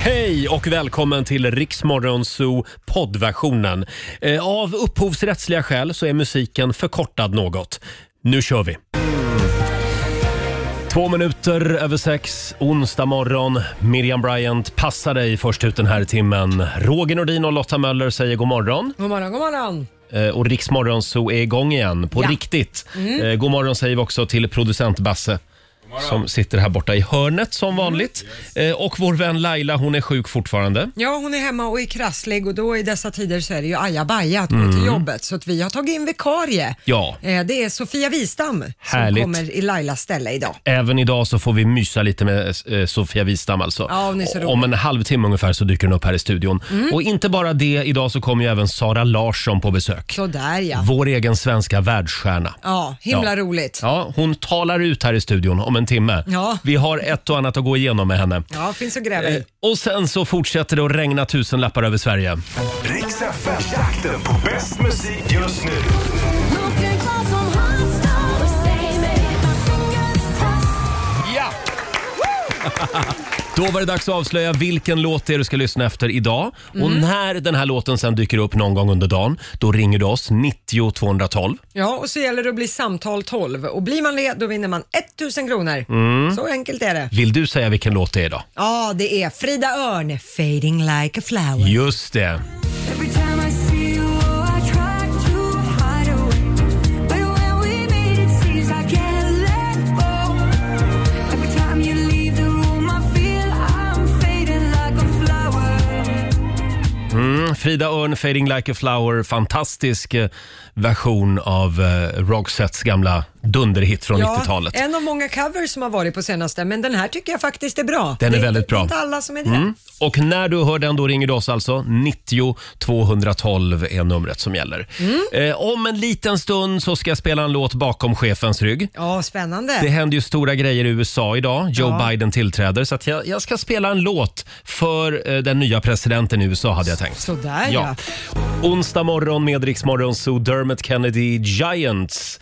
Hej och välkommen till Riksmorgon Zoo poddversionen. Eh, Av upphovsrättsliga skäl så är musiken förkortad något. Nu kör vi! Två minuter över sex, onsdag morgon. Miriam Bryant passar dig först ut den här timmen. Roger Nordin och Lotta Möller säger god morgon. God morgon, god morgon. Eh, Och Riksmorgon Zoo är igång igen, på Ja. riktigt. Eh, God morgon säger vi också till producent Basse. Som sitter här borta i hörnet som vanligt. Eh, Och vår vän Laila, hon är sjuk fortfarande. Ja, hon är hemma och är krasslig och då i dessa tider så är det ju ajabaja att gå till jobbet. Så att vi har tagit in vikarie. Mm. Ja. Eh, Det är Sofia Wistam Härligt. som kommer i Lailas ställe idag. Även idag så får vi mysa lite med eh, Sofia Wistam alltså. Ja, hon är så rolig. Mm. Om en halvtimme ungefär så dyker hon upp här i studion. Och inte bara det, idag så kommer ju även Sara Larsson på besök. Sådär ja. Vår egen svenska världsstjärna. Ja, himla Ja. roligt. Ja, hon talar ut här i studion om en timme. Ja. Vi har ett och annat att gå igenom med henne. Ja, finns att gräva Eh, i. Och sen så fortsätter det att regna tusenlappar över Sverige. Riks FM, jakten på bäst musik just nu. eh. Ja! Då var det dags att avslöja vilken låt det är du ska lyssna efter idag. Och när den här låten sen dyker upp någon gång under dagen, då ringer du oss 90 212. Ja, och så gäller det att bli samtal 12 och blir man det då vinner man 1000 kronor. Mm. Så enkelt är det. Vill du säga vilken låt det är idag? Ja, det är Frida Örn, Fading like a flower. Just det. oh, Mm, Frida Örn, Fading Like a Flower. Fantastisk eh, version av eh, Roxettes gamla dunderhit från 90-talet. en av många covers som har varit på senaste, men den här tycker jag faktiskt är bra. Den är Det väldigt bra. Mm. Det är inte alla som är det. Och när du hör den då ringer du oss alltså. 90 212 är numret som gäller. Eh, om en liten stund så ska jag spela en låt bakom chefens rygg. Ja, spännande. Det händer ju stora grejer i USA idag. Joe Ja. Biden tillträder. Så att jag, jag ska spela en låt för eh, den nya presidenten i USA hade jag tänkt. Sådär ja. Onsdag morgon med Rix Morgon Zoo, Dermot Kennedy Giants.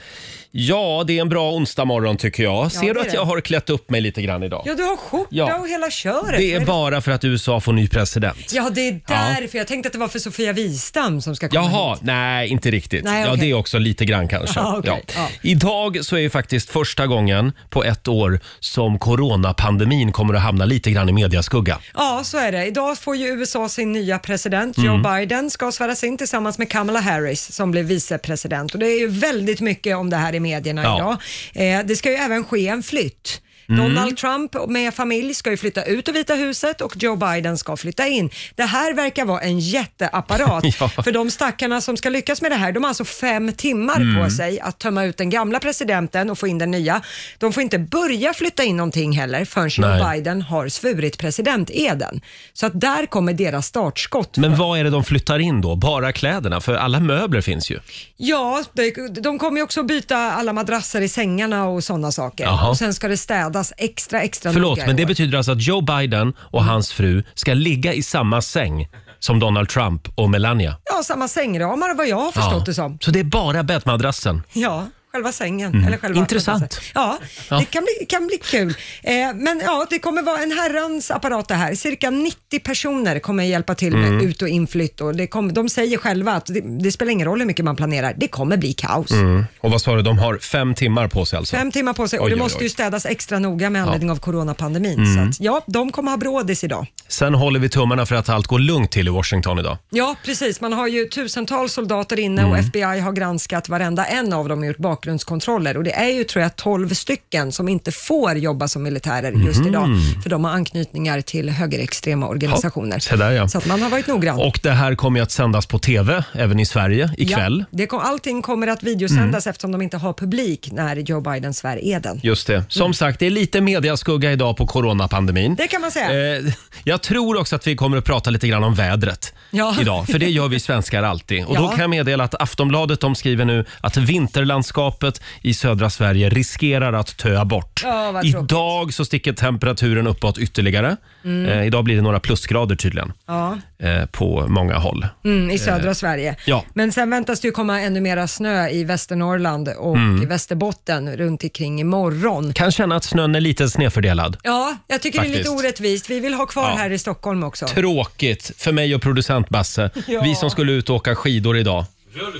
Ja, det är en bra onsdag morgon tycker jag. Ser du det är att jag det. har klätt upp mig lite grann idag? Ja, du har skjorta Ja. och hela köret. Det är Men- bara för att USA får ny president. Ja, det är därför. Jag tänkte att det var för Sofia Wistam som ska komma Jaha, hit. nej inte riktigt. Nej, Ja, okej. det är också lite grann kanske. Ja, okej. ja. Ja. Idag så är ju faktiskt första gången på ett år som coronapandemin kommer att hamna lite grann i mediaskugga. Ja, så är det. Idag får ju USA sin nya president. Mm. Joe Biden ska sväras in tillsammans med Kamala Harris som blev vicepresident. Och det är ju väldigt mycket om det här i medierna Ja. Mm. idag. Eh, det ska ju även ske en flytt. Donald Trump med familj ska ju flytta ut ur Vita huset och Joe Biden ska flytta in. Det här verkar vara en jätteapparat. Ja. För de stackarna som ska lyckas med det här, de har alltså fem timmar Mm. på sig att tömma ut den gamla presidenten och få in den nya. De får inte börja flytta in någonting heller förrän Joe Nej. Biden har svurit presidenteden. Så att där kommer deras startskott. Men vad är det de flyttar in då? Bara kläderna? För alla möbler finns ju. Ja, de, de kommer ju också byta alla madrasser i sängarna och sådana saker. Jaha. Och sen ska det städas extra, extra Förlåt, noga i men det år. betyder alltså att Joe Biden och Mm. hans fru ska ligga i samma säng som Donald Trump och Melania? Ja, samma sängramar vad jag har förstått det som. Så det är bara bäddmadrassen? Ja, själva sängen. Eller själva Mm. Intressant. Ja, Ja. det kan bli, kan bli kul. Eh, men ja, det kommer vara en herrans apparat det här. Cirka 90 personer kommer hjälpa till med Mm. ut och inflytt. Och det kommer, de säger själva att det, det spelar ingen roll hur mycket man planerar, det kommer bli kaos. Mm. Och vad sa du, de har fem timmar på sig alltså? Fem timmar på sig och Oj, det oj, måste oj. Mm. ju städas extra noga med anledning av coronapandemin. Så att, ja, de kommer ha brådis idag. Sen håller vi tummarna för att allt går lugnt till i Washington idag. Ja, precis. Man har ju tusentals soldater inne Mm. och FBI har granskat varenda en av dem och gjort bakgrundskontroller. Och det är ju, tror jag, 12 stycken som inte får jobba som militärer just idag, för de har anknytningar till högerextrema organisationer. Mhm. Ja, se där, ja. Så att man har varit noggrann. Och det här kommer ju att sändas på TV, även i Sverige, ikväll. Mm. Ja, det kom, allting kommer att videosändas eftersom de inte har publik när Joe Biden svär eden. Just det. Som sagt, det är lite mediaskugga idag på coronapandemin. Mm. Det kan man säga. Eh, jag tror också att vi kommer att prata lite grann om vädret Ja. idag, för det gör vi svenskar alltid. Och då Ja. kan jag meddela att Aftonbladet de skriver nu att vinterlandskapet landskapet i södra Sverige riskerar att töa bort. Ja, vad tråkigt. Mm. Idag så sticker temperaturen uppåt ytterligare. Eh, idag blir det några plusgrader tydligen Ja, eh, på många håll. mm, I södra Sverige. Eh, ja. Men sen väntas det ju komma ännu mera snö i Västernorrland och Mm. i Västerbotten runt omkring imorgon. Kan känna att snön är lite snedfördelad. Ja, jag tycker det är lite Faktiskt. orättvist. Vi vill ha kvar Ja. här i Stockholm också. Tråkigt för mig och producent Basse. Ja. Vi som skulle ut och åka skidor idag.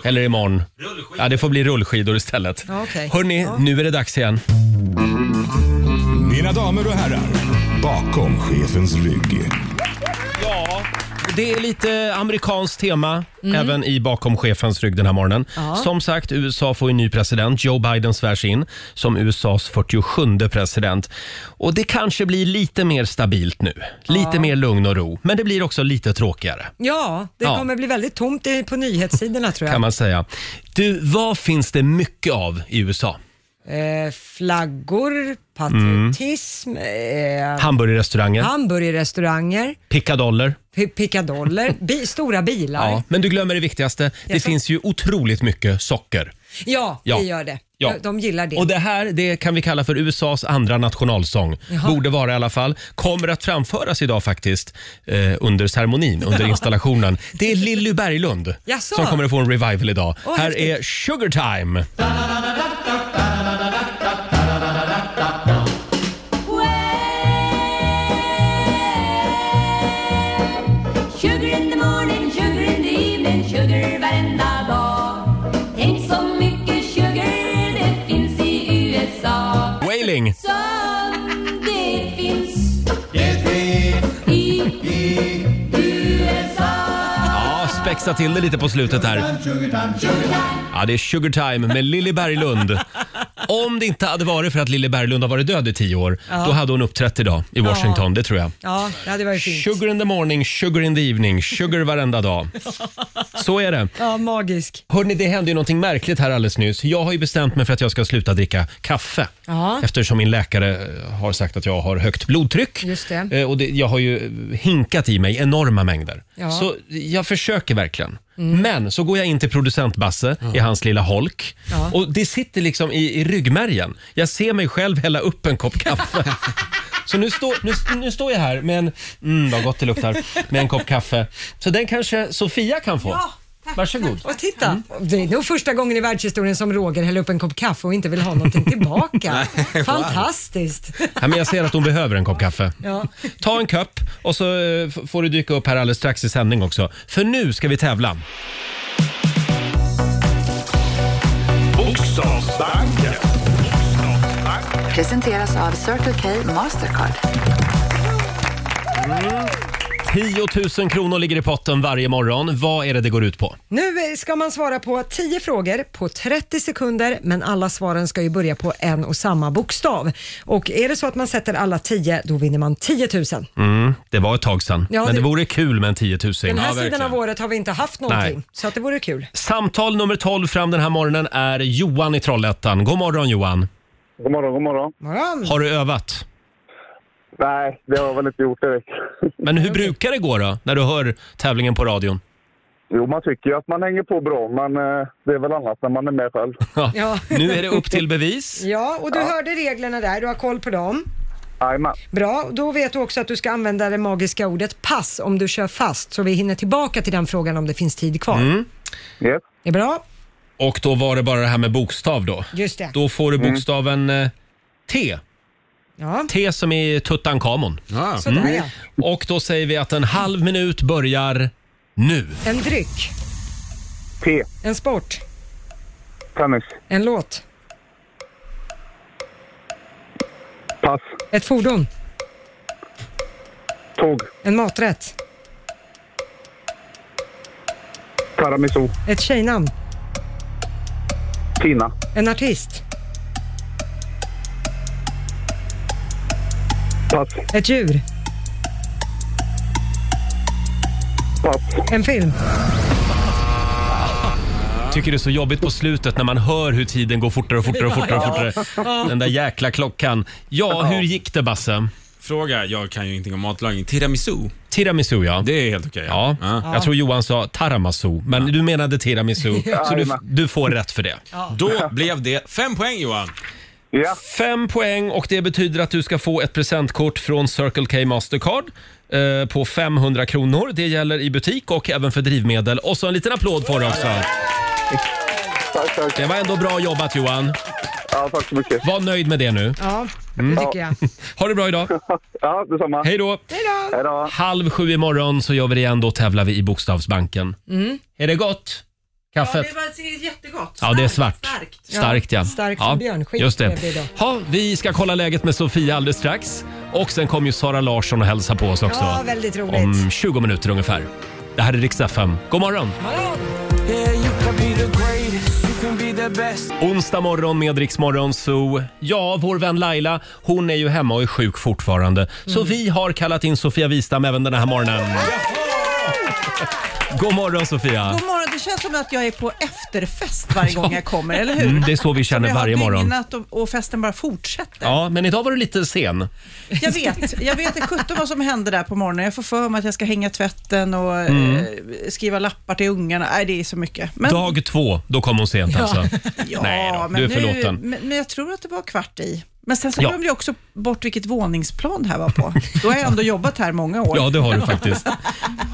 Eller imorgon. Ja, det får bli rullskidor istället. Ja, okej. Hörni, nu är det dags igen. Mina damer och herrar, bakom chefens rygg. Ja, det är lite amerikanskt tema även i bakom chefens rygg den här morgonen. Mm. Ja. Som sagt, USA får en ny president. Joe Biden svärs in som USAs 47 president. Och det kanske blir lite mer stabilt nu. Lite mer lugn och ro. Men det blir också lite tråkigare. Ja, det Ja. kommer bli väldigt tomt i- på nyhetssidorna tror Kan jag. man säga. Du, vad finns det mycket av i USA? Eh, Mm. flaggor, patriotism, eh, Hamburgerrestauranger, hamburgerrestauranger, pickadoller. pi- pickadoller, bi- stora bilar. Ja. Ja, Men du glömmer det viktigaste. Det Jaså? finns ju otroligt mycket socker. Ja. det gör det. Ja. De gillar det. Och det här det kan vi kalla för USAs andra nationalsång. Jaha. Borde vara i alla fall. Kommer att framföras idag faktiskt eh, under ceremonin, under installationen. Det är Lilly Berglund Jaså? som kommer att få en revival idag. Åh, här häftigt. är Sugar Time. Sugar in the morning, sugar in the evening, sugar varenda dag. Tänk så mycket sugar det finns i USA. Wailing. Som det finns. I USA. Ja, spexa till det lite på slutet här. Ja, det är Sugar Time med Lilly Berglund. Om det inte hade varit för att Lilly Berglund har varit död i tio år, då hade hon uppträtt idag i Washington. Det tror jag. Ja, det hade varit fint. Sugar in the morning, sugar in the evening, sugar varenda dag. Så är det. Ja, magisk. Hörni, det hände ju någonting märkligt här alldeles nyss. Jag har ju bestämt mig för att jag ska sluta dricka kaffe. Ja. Eftersom min läkare eh, har sagt att jag har högt blodtryck. Just det. Eh, Och det, jag har ju hinkat i mig enorma mängder. Ja. Mm. Så jag försöker verkligen. Men så går jag in till producent Basse i hans lilla holk. Ja. Och det sitter liksom i, i ryggmärgen. Jag ser mig själv hälla upp en kopp kaffe. Så nu, står- nu, nu står jag här med en, mm, vad gott det luktar, med en kopp kaffe. Så den kanske Sofia kan få. Ja, tack, Varsågod. Och titta, Mm. det är nog första gången i världshistorien som Roger häller upp en kopp kaffe och inte vill ha någonting tillbaka. Fantastiskt. Ja, men jag ser att hon behöver en kopp kaffe. Ja. Ta en kopp och så eh, f- får du dyka upp här alldeles strax i sändning också. För nu ska vi tävla. Bokstavsbanken. Presenteras av Circle K Mastercard. 10 000 kronor ligger i potten varje morgon. Vad är det det går ut på? Nu eh, ska man svara på 10 frågor på 30 sekunder, men alla svaren ska ju börja på en och samma bokstav. Och är det så att man sätter alla 10, då vinner man 10 000. Mm. Det var ett tag sedan, Ja, men det... det- vore kul med en 10 000. Den här Ja, sidan verkligen. av året har vi inte haft någonting, Nej. så att det vore kul. Samtal nummer 12 fram den här morgonen är Johan i Trollhättan. God morgon Johan. God morgon, god morgon. Morgon. Har du övat? Nej, det har jag väl inte gjort direkt. Men hur brukar det gå då, när du hör tävlingen på radion? Jo, man tycker ju att man hänger på bra, men eh, det är väl annat när man är med själv. Ja. Ja. Nu är det upp till bevis. Ja, och du hörde reglerna där, du har koll på dem. Jajamän. Bra, då vet du också att du ska använda det magiska ordet pass om du kör fast, så vi hinner tillbaka till den frågan om det finns tid kvar. Yes. Det är bra? Och då var det bara det här med bokstav då. Just det. Då får du bokstaven eh, T. Ja, T som i Tutankhamon. sådär ja. Och då säger vi att en halv minut börjar nu. En dryck, T. en sport, Tennis. en låt, Pass. ett fordon, Tåg. en maträtt, Tiramisu. ett tjejnamn, Tina. en artist, Pass. ett djur, Pass. en film. Tycker det är så jobbigt på slutet när man hör hur tiden går fortare och fortare och fortare. Och fortare. Den där jäkla klockan. Ja, hur gick det Basse? Fråga, jag kan ju ingenting om matlagning. Tiramisu? Tiramisu ja. Det är helt okej. Ja. Ja. jag tror Johan sa taramasu, men du menade tiramisu, så du, Jajamän. du får rätt för det. Då blev det fem poäng Johan. Ja, Fem poäng och det betyder att du ska få ett presentkort från Circle K Mastercard eh, på 500 kronor. Det gäller i butik och även för drivmedel. Och så en liten applåd får du också. tack, tack. Det var ändå bra jobbat Johan. Ja, tack så mycket. Var nöjd med det nu. Ja, det tycker jag. Ha det bra idag. Ja, detsamma. Hej då. Hej då. Halv sju imorgon så gör vi det igen. Då tävlar vi i Bokstavsbanken. Mm. Är det gott? Kaffet? var jättegott. Ja, det är svart. Starkt ja. Ja, starkt ja. som björnskit Just det. blev det idag. Ha, vi ska kolla läget med Sofia alldeles strax. Och sen kommer ju Sara Larsson och hälsa på oss också. Ja, väldigt roligt. Om 20 minuter ungefär. Det här är riksdag 5. God morgon! Onsdag morgon med Rix Morgon Zoo. Ja, vår vän Laila, hon är ju hemma och är sjuk fortfarande. Mm. Så vi har kallat in Sofia Wistam även den här morgonen. God morgon Sofia! God morgon, det känns som att jag är på efterfest varje gång jag kommer, eller hur? Mm, det är så vi känner jag har varje morgon. dygnat Och, och festen bara fortsätter. Ja, men idag var du lite sen. Jag vet, jag vet inte sjutton vad som hände där på morgonen. Jag får för mig att jag ska hänga tvätten och eh, skriva lappar till ungarna. Nej, det är så mycket. Men, Mm. Dag två, då kom hon sent alltså. ja, Nej då, men du är nu- förlåten. Men, men jag tror att det var kvart i. Men sen så Ja. glömde jag också bort vilket våningsplan det här var på. Då har jag ändå jobbat här många år. Ja, det har du faktiskt.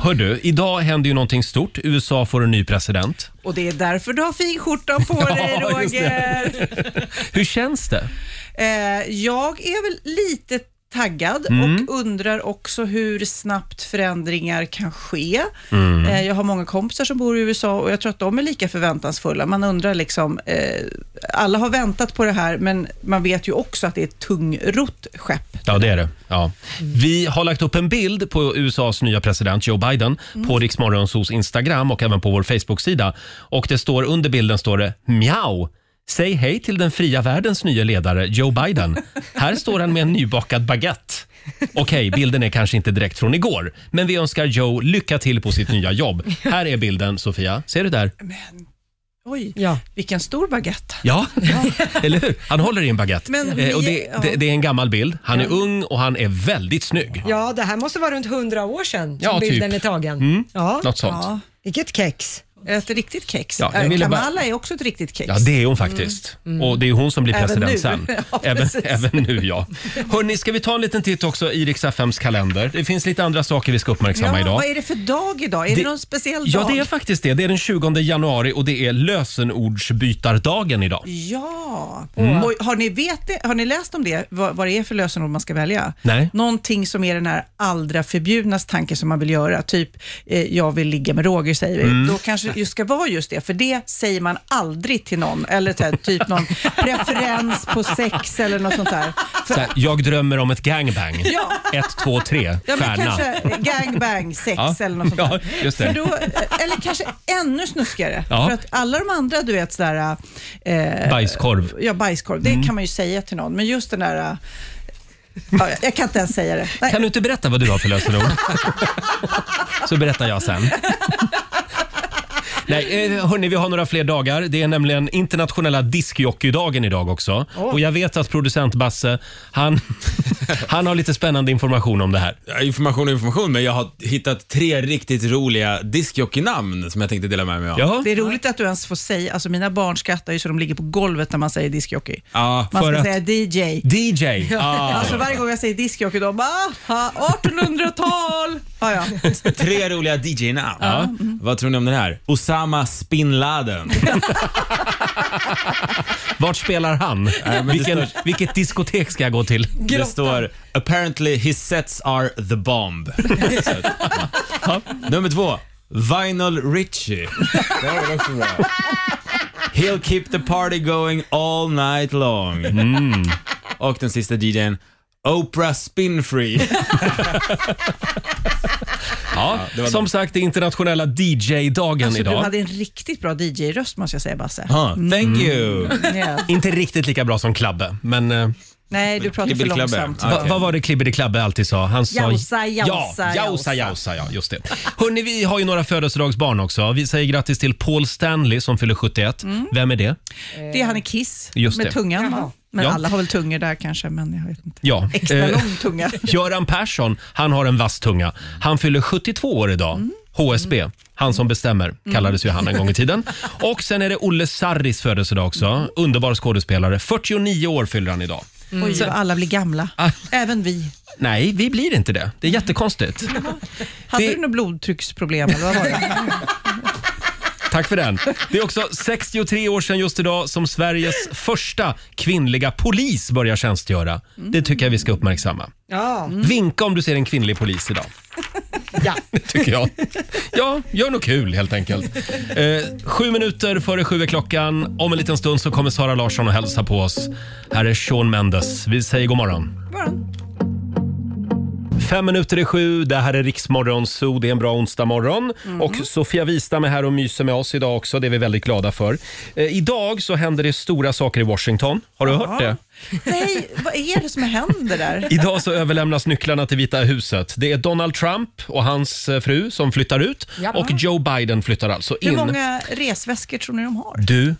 Hör du, idag händer ju någonting stort. USA får en ny president. Och det är därför du har fin skjorta på dig, Ja, just det. Roger. Hur känns det? Eh, jag är väl lite taggad Mm. och undrar också hur snabbt förändringar kan ske. Mm. Eh, jag har många kompisar som bor i USA och jag tror att de är lika förväntansfulla. Man undrar liksom, eh, alla har väntat på det här men man vet ju också att det är ett tungrott skepp. Ja, det är det. Ja. Vi har lagt upp en bild på USAs nya president Joe Biden Mm. på Rix Morgonzoos Instagram och även på vår Facebook-sida. Och det står under bilden står det “Miau! Säg hej till den fria världens nya ledare Joe Biden. Här står han med en nybakad baguette. Okej, bilden är kanske inte direkt från igår, men vi önskar Joe lycka till på sitt nya jobb. Här är bilden, Sofia. Ser du där? Oj, Ja. vilken stor baguette. Ja, eller hur? Han håller i en baguette. Men Eh, vi- och det, ja. det, det är en gammal bild. Han är ung och han är väldigt snygg. Ja, det här måste vara runt 100 år sedan som Ja, typ. bilden är tagen. Ja. Något sånt. Ja, Vilket kex. ett riktigt kex. Ja, jag Eh, ville bara- Kamala är också ett riktigt kex. Ja, det är hon faktiskt. Och det är hon som blir Mm. Även president nu. sen. Ja, även, precis. även nu, ja. Hörni, ska vi ta en liten titt också i Rix FMs kalender? Det finns lite andra saker vi ska uppmärksamma idag. Vad är det för dag idag? Är det, någon speciell Ja, dag? det är faktiskt det. Det är den 20 januari och det är lösenordsbytardagen idag. Ja, och har ni, vet, det- har ni läst om det, vad, vad det är för lösenord man ska välja? Nej. Någonting som är den här allra förbjudnas tanke som man vill göra, typ eh, jag vill ligga med Roger säger vi. Då kanske det just ska vara just det, för det säger man aldrig till någon, eller så här, typ någon preferens på sex eller något sånt där. För, Så här, jag drömmer om ett gangbang. Ja. Ett, två, tre, Ja, men stjärna. kanske gangbang, sex Ja. eller något sånt Ja, där. just det. För då, eh, eller kanske ännu snuskigare. Ja. För att alla de andra, du vet sådär... Eh, Bajskorv. Mm. Ja, bajskorv. Det kan man ju säga till någon, men just den där... äh, Ja, jag kan inte ens säga det. Nej, Kan du inte berätta vad du har för lösenord? Så berättar jag sen. Nej, eh, hörni, vi har några fler dagar. Det är nämligen internationella diskjockeydagen idag också. Och jag vet att producent Basse, han, han har lite spännande information om det här. Ja, Information är information, men jag har hittat tre riktigt roliga diskjockeynamn som jag tänkte dela med mig av. Ja, Det är roligt att du ens får säga, alltså mina barn skrattar ju så de ligger på golvet när man säger diskjockey. Ja, man för ska att- säga DJ. DJ. Ah. Alltså varje gång jag säger diskjockey, de bara "Aha, 1800-tal! Ja, ja. Tre roliga DJ-namn. Vad tror ni om den här? Osama Spin Laden. Vart spelar han? men det Vilken, står- vilket diskotek ska jag gå till? Det står “Apparently his sets are the bomb”. Så att- Nummer två. Vinyl Richie. Det var väl också bra. He'll keep the party going all night long. Och den sista DJn. Oprah Spinfree. Ja, det var som de. sagt, det är internationella DJ-dagen Så Alltså, du idag. hade en riktigt bra DJ-röst måste jag säga Basse. Ah, thank you. Ja. Inte riktigt lika bra som Klabbe, men... eh, Nej, du pratar för Klibbel-klabbe. långsamt. Ja. Va, Okej. Vad var det Klibbedeklabbe alltid sa? Han sa Jausa, jausa, ja, jausa, jausa. jausa, ja, just det. Hörni, vi har ju några födelsedagsbarn också. Vi säger grattis Mm. till Paul Stanley som fyller 71. Vem är det? Det är han i Kiss, Just med det. tungan. va? Men Ja. alla har väl tungor där kanske, men jag vet inte. Ja. Extra eh, lång tunga. Göran Persson, han har en vass tunga. Han fyller 72 år idag. Mm. HSB, han som bestämmer, kallades ju han en gång i tiden. Och sen är det Olle Sarris födelsedag också. Underbar skådespelare. 49 år fyller han idag. Oj, Mm. vad alla blir gamla. Ah. Även vi. Nej, vi blir inte det. Det är jättekonstigt. Hade Det- du något blodtrycksproblem eller vad var det? Tack för den. Det är också 63 år sedan just idag som Sveriges första kvinnliga polis börjar tjänstgöra. Det tycker jag vi ska uppmärksamma. Ja. Mm. Vinka om du ser en kvinnlig polis idag. Ja. Det tycker jag. Ja, gör något kul helt enkelt. Eh, sju minuter före sju är klockan. Om en liten stund så kommer Sara Larsson och hälsa på oss. Här är Sean Mendes. Vi säger god morgon. Fem minuter i sju, det här är Riksmorgon Zoo, det är en bra onsdag morgon. Mhm. Och Sofia Wistam är här och myser med oss idag också, det är vi väldigt glada för. Eh, idag så händer det stora saker i Washington, har du hört det? Nej, vad är det som händer där? Idag så överlämnas nycklarna till Vita huset. Det är Donald Trump och hans eh, fru som flyttar ut Japp. och Joe Biden flyttar alltså in. Hur många resväskor tror ni de har? Du,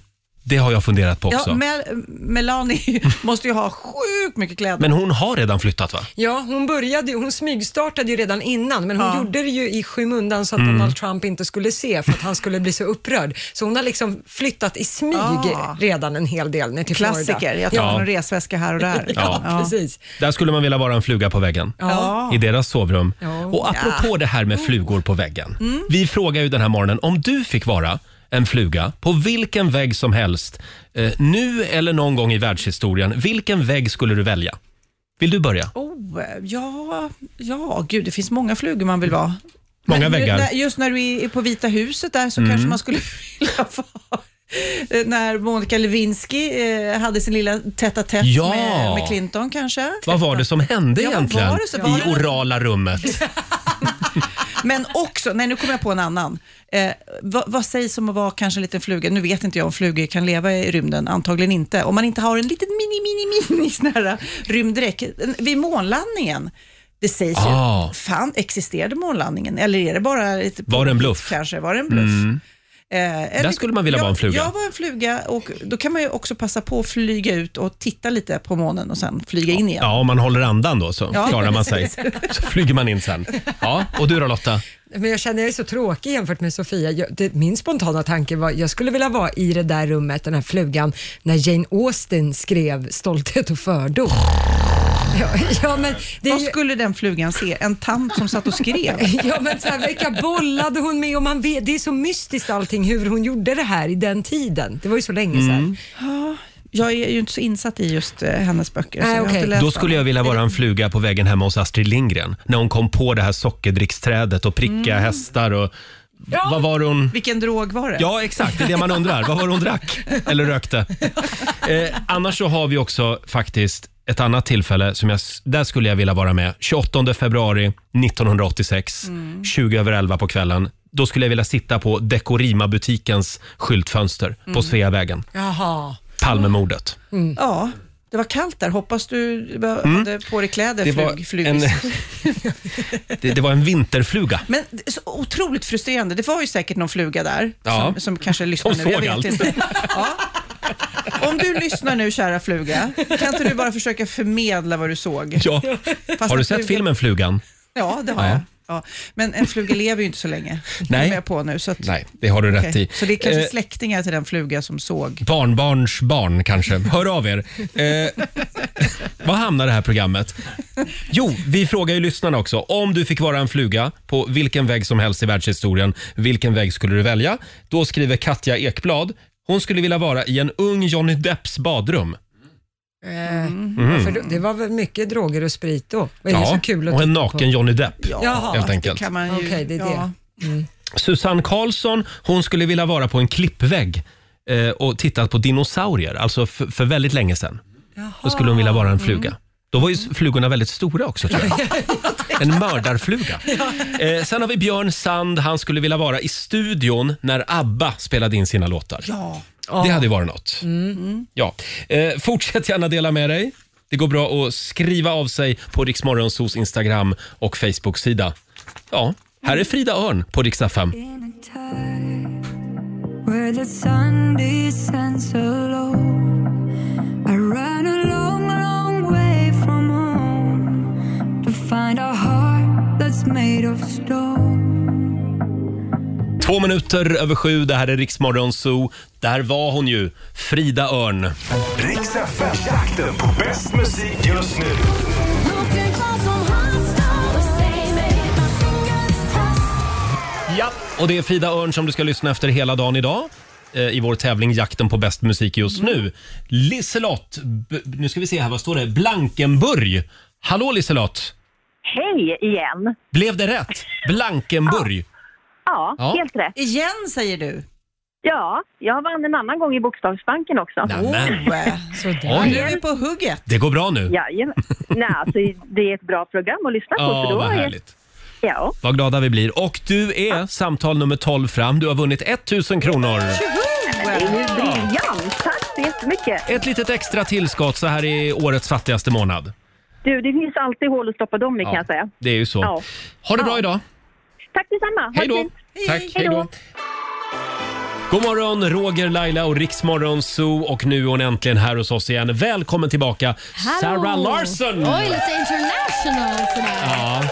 det har jag funderat på också. Ja, men... Mel- Melanie måste ju ha sjukt mycket kläder. hon har redan flyttat va? Ja, hon, började, ju- hon smygstartade ju redan innan, men hon Ja. gjorde det ju i skymundan så att Donald Trump inte skulle se för att han skulle bli så upprörd. Så hon har liksom flyttat i smyg Ah. redan en hel del ner till Klassiker. Florida. Jag tar Ja. någon resväska här och där. Ja, precis. Där skulle man vilja vara en fluga på väggen. Ja. I deras sovrum. Ja. Och apropå det här med flugor på väggen. Mm. Vi frågar ju den här morgonen, om du fick vara en fluga på vilken vägg som helst, eh, nu eller någon gång i världshistorien, vilken vägg skulle du välja? Vill du börja? Oh, ja, ja, gud, det finns många flugor man vill vara. Många Men nu- väggar. Mm. när- Just när du är på Vita huset där så kanske man skulle vilja vara eh, när Monica Lewinsky eh, hade sin lilla täta tätt Ja. med, med Clinton kanske. Vad var det som hände Ja, vad egentligen var det som- var i det- orala rummet? Men också, nej nu kommer jag på en annan. Eh, vad, vad sägs om att vara kanske en liten fluga? Nu vet inte jag om flugor kan leva i rymden, antagligen inte. Om man inte har en liten mini, mini, mini sån här rymddräkt. En- Vid månlandningen, det sägs Ah. ju, fan existerade månlandningen? Eller är det bara lite Var det en bluff? Mm. Kanske, var det en bluff? Eh, en liten- skulle man vilja jag, vara en fluga. Jag var en fluga och då kan man ju också passa på att flyga ut och titta lite på månen och sen flyga in igen. Ja, om man håller andan då så Ja, klarar man sig. Så flyger man in sen. Ja, och du då Lotta? Men jag känner jag är så tråkig jämfört med Sofia. Jag, det, min spontana tanke var jag skulle vilja vara i det där rummet, den här flugan, när Jane Austen skrev Stolthet och fördom. Ja, ja, men det är Vad ju, skulle den flugan se? En tant som satt och skrev? ja, men så här, vilka bollade hon med? Och man vet, det är så mystiskt allting hur hon gjorde det här i den tiden. Det var ju så länge sedan. Jag är ju inte så insatt i just eh, hennes böcker. Nej, så jag har okej. inte läst Då skulle dem. jag vilja vara en fluga på vägen hemma hos Astrid Lindgren. När hon kom på det här sockerdricksträdet och pricka Mm. hästar och... Vad var det hon... Vilken drog var det? Ja, exakt. Det är det man undrar. Vad var det hon drack eller rökte? Eh, annars så har vi också faktiskt ett annat tillfälle som jag, där skulle jag vilja vara med. 28 februari 1986, Mm. 20 över 11 på kvällen. Då skulle jag vilja sitta på Dekorima-butikens skyltfönster på Mm. Sveavägen. Jaha. Palmemordet. Ja, det var kallt där. Hoppas du be- hade på dig kläder, Mm. Det flug, var, en, flugis. det, det var en vinterfluga. Men det är så otroligt frustrerande. Det var ju säkert någon fluga där Ja. som, som kanske lyssnar Som nu. Jag såg vet allt. inte. Ja. Om du lyssnar nu, kära fluga, kan inte du bara försöka förmedla vad du såg? Ja. Fast Har du en sett fluga- filmen Flugan? Ja, det har Ja. jag. Ja. Men en fluga lever ju inte så länge. Det Nej. kommer jag på nu. Så, att, Nej, det har du rätt okej. i. så det är kanske Eh, släktingar till den fluga som såg Barnbarns barn kanske. Hör av er. Eh, vad hamnar det här programmet? Jo, vi frågar ju lyssnarna också. Om du fick vara en fluga på vilken väg som helst i världshistorien, vilken väg skulle du välja? Då skriver Katja Ekblad, hon skulle vilja vara i en ung Johnny Depps badrum. Eh, Mm. För då- det var väl mycket droger och sprit då? Vad är det så kul att och en titta naken Johnny Depp. Jaha, helt Det enkelt. kan man ju. Okej, det är ja. Susanne Karlsson, hon skulle vilja vara på en klippvägg eh, och titta på dinosaurier, alltså f- för väldigt länge sedan. Då skulle hon vilja vara en fluga. Då var ju s- flugorna väldigt stora också tror jag. En mördarfluga. Eh, sen har vi Björn Sand, han skulle vilja vara i studion när ABBA spelade in sina låtar. Ja. Mm. Det hade ju varit något. Ja. Eh, fortsätt gärna dela med dig. Det går bra att skriva av sig på Riksmorgonsos Instagram och Facebook-sida. Ja, här är Frida Örn på Rix FM. Where the sun descends alone, I run alone. Två minuter över sju, det här är Riksmorgon Zoo. Där var hon ju, Frida Örn. Riks FM-jakten på bäst musik just nu. Ja. Och det är Frida Örn som du ska lyssna efter hela dagen idag eh, i vår tävling Jakten på bäst musik just nu. Liselott, B- nu ska vi se här, vad står det? Blankenburg. Hallå Liselott! Hej igen! Blev det rätt? Blankenburg. Ja, Ja. helt rätt. Igen säger du. Ja, jag vann en annan gång i Bokstavsbanken också. Nämen, Sådär. Oj. Du är på hugget. det går bra nu. Jajamän. Nej, alltså, det är ett bra program att lyssna på. Ja, för då vad är- härligt. Ja. Vad glada vi blir. Och du är samtal nummer 12 fram. Du har vunnit 1000 kronor. Det är ju briljant! Tack så jättemycket! Ett litet extra tillskott så här i årets fattigaste månad. Du, det finns alltid hål att stoppa dem i kan jag säga. Det är ju så. Ja. Ha det bra Ja. idag. Tack detsamma! Ha Hej det då. fint. Tack. Hej då. God morgon, Roger, Laila och Riksmorgon Zoo och nu är hon äntligen här hos oss igen. Välkommen tillbaka, Sarah Larsson! Oj, lite international sådär. Ja,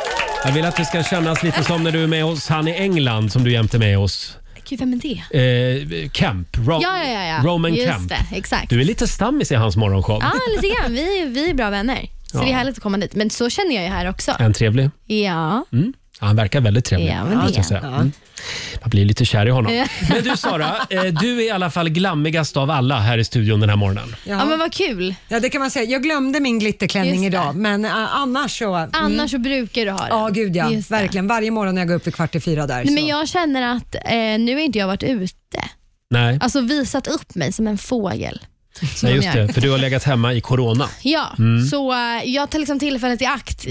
jag vill att det ska kännas lite som när du är med hos han i England som du jämte med oss. Gud, vem är det? Eh, Kemp, Ro- Ja, ja, ja. ja. Roman Just Kemp. det, exakt. Du är lite stammis i hans morgonshow. Ja, lite grann. Vi, vi är bra vänner. Så Ja. det är härligt att komma dit. Men så känner jag ju här också. Är han trevlig? Ja. Mm. Ja, han verkar väldigt trevlig. Ja, men det måste jag är säga. Mm. Man blir lite kär i honom. Men du Sara, eh, du är i alla fall glammigast av alla här i studion den här morgonen. Ja. men vad kul. Ja, det kan man säga. Jag glömde min glitterklänning Just det. idag, men eh, annars så... mm. Annars så brukar du ha det. Ja, gud ja. Just det. Verkligen. Varje morgon när jag går upp vid kvart i fyra där. Nej, men så- jag känner att eh, nu har inte jag varit ute. Nej, Alltså visat upp mig som en fågel. Som nej de just gör. det. För du har legat hemma i corona. Ja, Mm. så eh, jag tar liksom tillfället i akt i,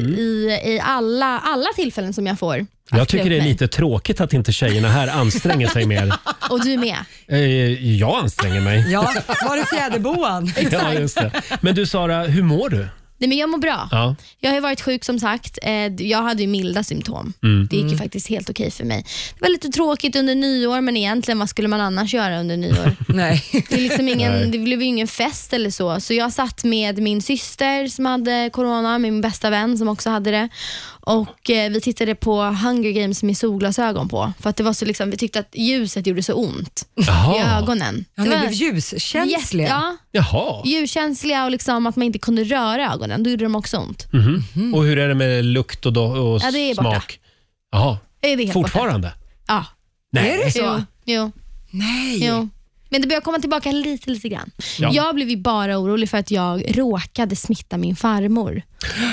i alla, alla tillfällen som jag får. att klä Jag tycker det upp är mig. lite tråkigt att inte tjejerna här anstränger sig mer. Och du med. Eh, Jag anstränger mig. Ja, var det fjäderboan? Ja, just det. Men du Sara, hur mår du? Nej, men jag mår bra. Ja. Jag har ju varit sjuk som sagt. Eh, Jag hade ju milda symptom. Det Mm. gick ju faktiskt helt okej för mig. Det var lite tråkigt under nyår, men egentligen vad skulle man annars göra under nyår? Nej. Det, är liksom Nej. ingen, det blev ju ingen fest eller så. Så jag satt med min syster som hade corona, min bästa vän som också hade det. Och eh, Vi tittade på Hunger Games med solglasögon på. För att det var så liksom, Vi tyckte att ljuset gjorde så ont i Jaha. ögonen. Ja, det ni var blev ljuskänsliga. jätte- Ja, Jaha. ljuskänsliga och liksom att man inte kunde röra ögonen. Då gjorde de också ont. Mhm. Och hur är det med lukt och, do- och Ja, det är borta. smak? Jaha. Är det helt Borta. Fortfarande? Ja. Nej. Är det så? Jo, jo, Nej. jo. Men det börjar komma tillbaka lite, lite grann. Ja. Jag blev ju bara orolig för att jag råkade smitta min farmor.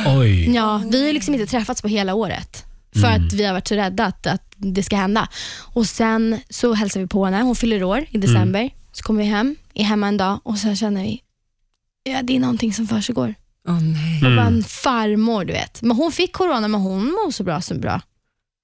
Oj. Ja, vi har ju liksom inte träffats på hela året för Mm. att vi har varit så rädda att, att det ska hända. Och Sen så hälsar vi på henne. Hon fyller år Mm. i december. Så kommer vi hem, är hemma en dag och så känner vi Ja, det är någonting som försiggår. Åh, nej. Mm. Bara en farmor, du vet. Men hon fick corona, men hon mår så bra som bra.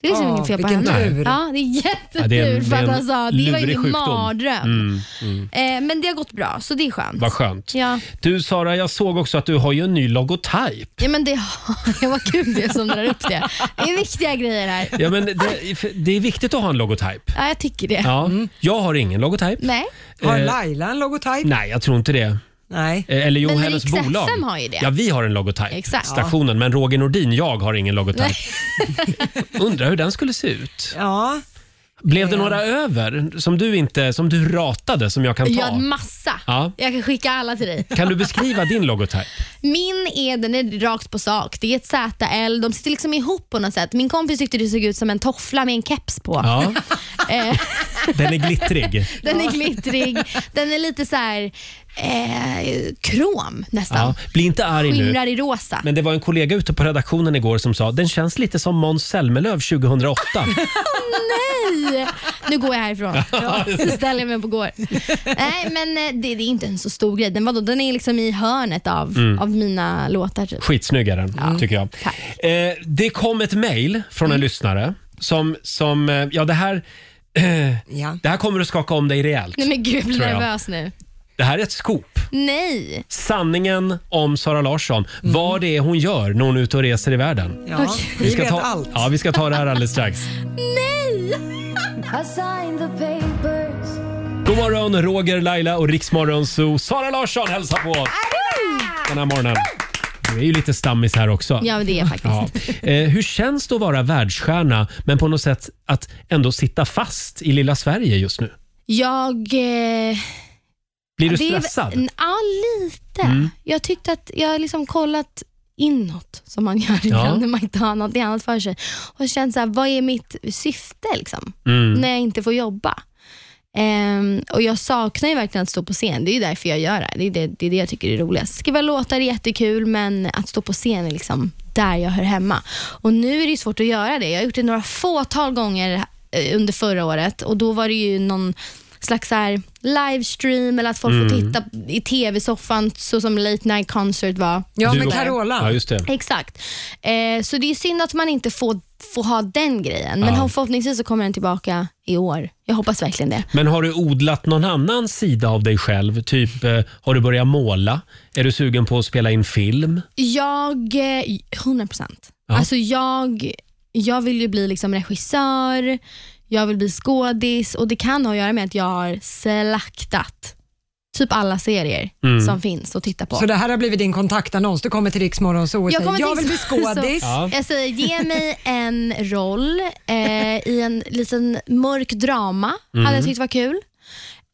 Det är liksom Åh, inget fel på vilken henne. tur. Ja, det är Ja, jättetur. det är en- för det är att en alltså, det var ju lurig ingen sjukdom. mardröm. Mm, mm. Eh, men det har gått bra, så det är skönt. Vad skönt. Ja. Du Sara, jag såg också att du har ju en ny logotyp. ja, men det har... Vad kul det är som drar upp det. Det är viktiga grejer här. Ja, men det, för det är viktigt att ha en logotyp. Ja, Mm. jag tycker det. Ja. Jag har ingen logotyp. Nej, Har Eh, Laila en logotyp? Nej, jag tror inte det. Nej. Eh, Eller jo, Men hennes Rix bolag. FM har ju det. Ja, vi har en logotyp. Exakt. Stationen. Men Roger Nordin, jag har ingen logotyp. Undrar hur den skulle se ut. Ja. Blev det några över som du, inte, som du ratade som jag kan ta? jag har en massa. Ja. Jag kan skicka alla till dig. Kan du beskriva din logotyp? Min är, den är rakt på sak. Det är ett ZL, de sitter liksom ihop på något sätt. Min kompis tyckte det såg ut som en toffla med en keps på. Ja, Eh, den är glittrig. den är glittrig, den är lite så här eh, Ja. krom nästan. Bli inte arg nu. Skimrar i rosa. Men det var en kollega ute på redaktionen igår som sa den känns lite som Måns Zelmerlöw 2008. Nej! Nu går jag härifrån. Så ställer jag mig upp och går. Nej, men eh, det, det är inte en så stor grej. Den, vadå, den är liksom i hörnet av, Mm. av mina låtar. Typ. Skitsnygg är den, tycker jag. Tack. Eh, det kom ett mejl från en lyssnare som, som eh, ja det här, ja. det här kommer att skaka om dig rejält. Nej men gud, jag blir Tror jag. nervös nu. Det här är ett scoop. Nej. Sanningen om Sara Larsson. Vad det är hon gör när hon är ute och reser i världen. ja. Vi, vet ta, allt. Ja, vi ska ta det här alldeles strax. God morgon, Roger, Laila och Riksmorgon Zoo. Sara Larsson hälsar på oss den här morgonen. Du är ju lite stammis här också. Ja, men det är jag faktiskt. Ja. Eh, hur känns det att vara världsstjärna men på något sätt att ändå sitta fast i lilla Sverige just nu? Jag... Eh, Blir du det är- stressad? Mm. Ja, lite. Jag tyckte att jag har liksom kollat inåt, som man gör ibland när man inte har något annat för sig. Och känt så här, vad är mitt syfte liksom? Mm. När jag inte får jobba. Ehm, och Jag saknar ju verkligen att stå på scen. Det är ju därför jag gör det här. Det är det, det, är det jag tycker är roligast. Skriva låtar är jättekul, men att stå på scen är liksom där jag hör hemma. Och Nu är det ju svårt att göra det. Jag har gjort det några fåtal gånger eh, under förra året och då var det ju någon slags så här livestream eller att folk får Mm. titta i tv-soffan så som Late Night Concert var. Ja, Du med och- Carola. Ja, just det. Exakt. Eh, så det är synd att man inte får, får ha den grejen, men Ja. förhoppningsvis så kommer den tillbaka i år. Jag hoppas verkligen det. Men har du odlat någon annan sida av dig själv? Typ, eh, har du börjat måla? Är du sugen på att spela in film? Jag, eh, 100 procent. Alltså jag, jag vill ju bli liksom regissör, jag vill bli skådis och det kan ha att göra med att jag har slaktat typ alla serier Mm. som finns att titta på. Så det här har blivit din kontaktannons. Du kommer till Riksmorgon så och Jag, säger kommer jag till- vill bli skådis. Så, Jag säger ge mig en roll eh, i en liten mörk drama, Mm. hade jag tyckt var kul.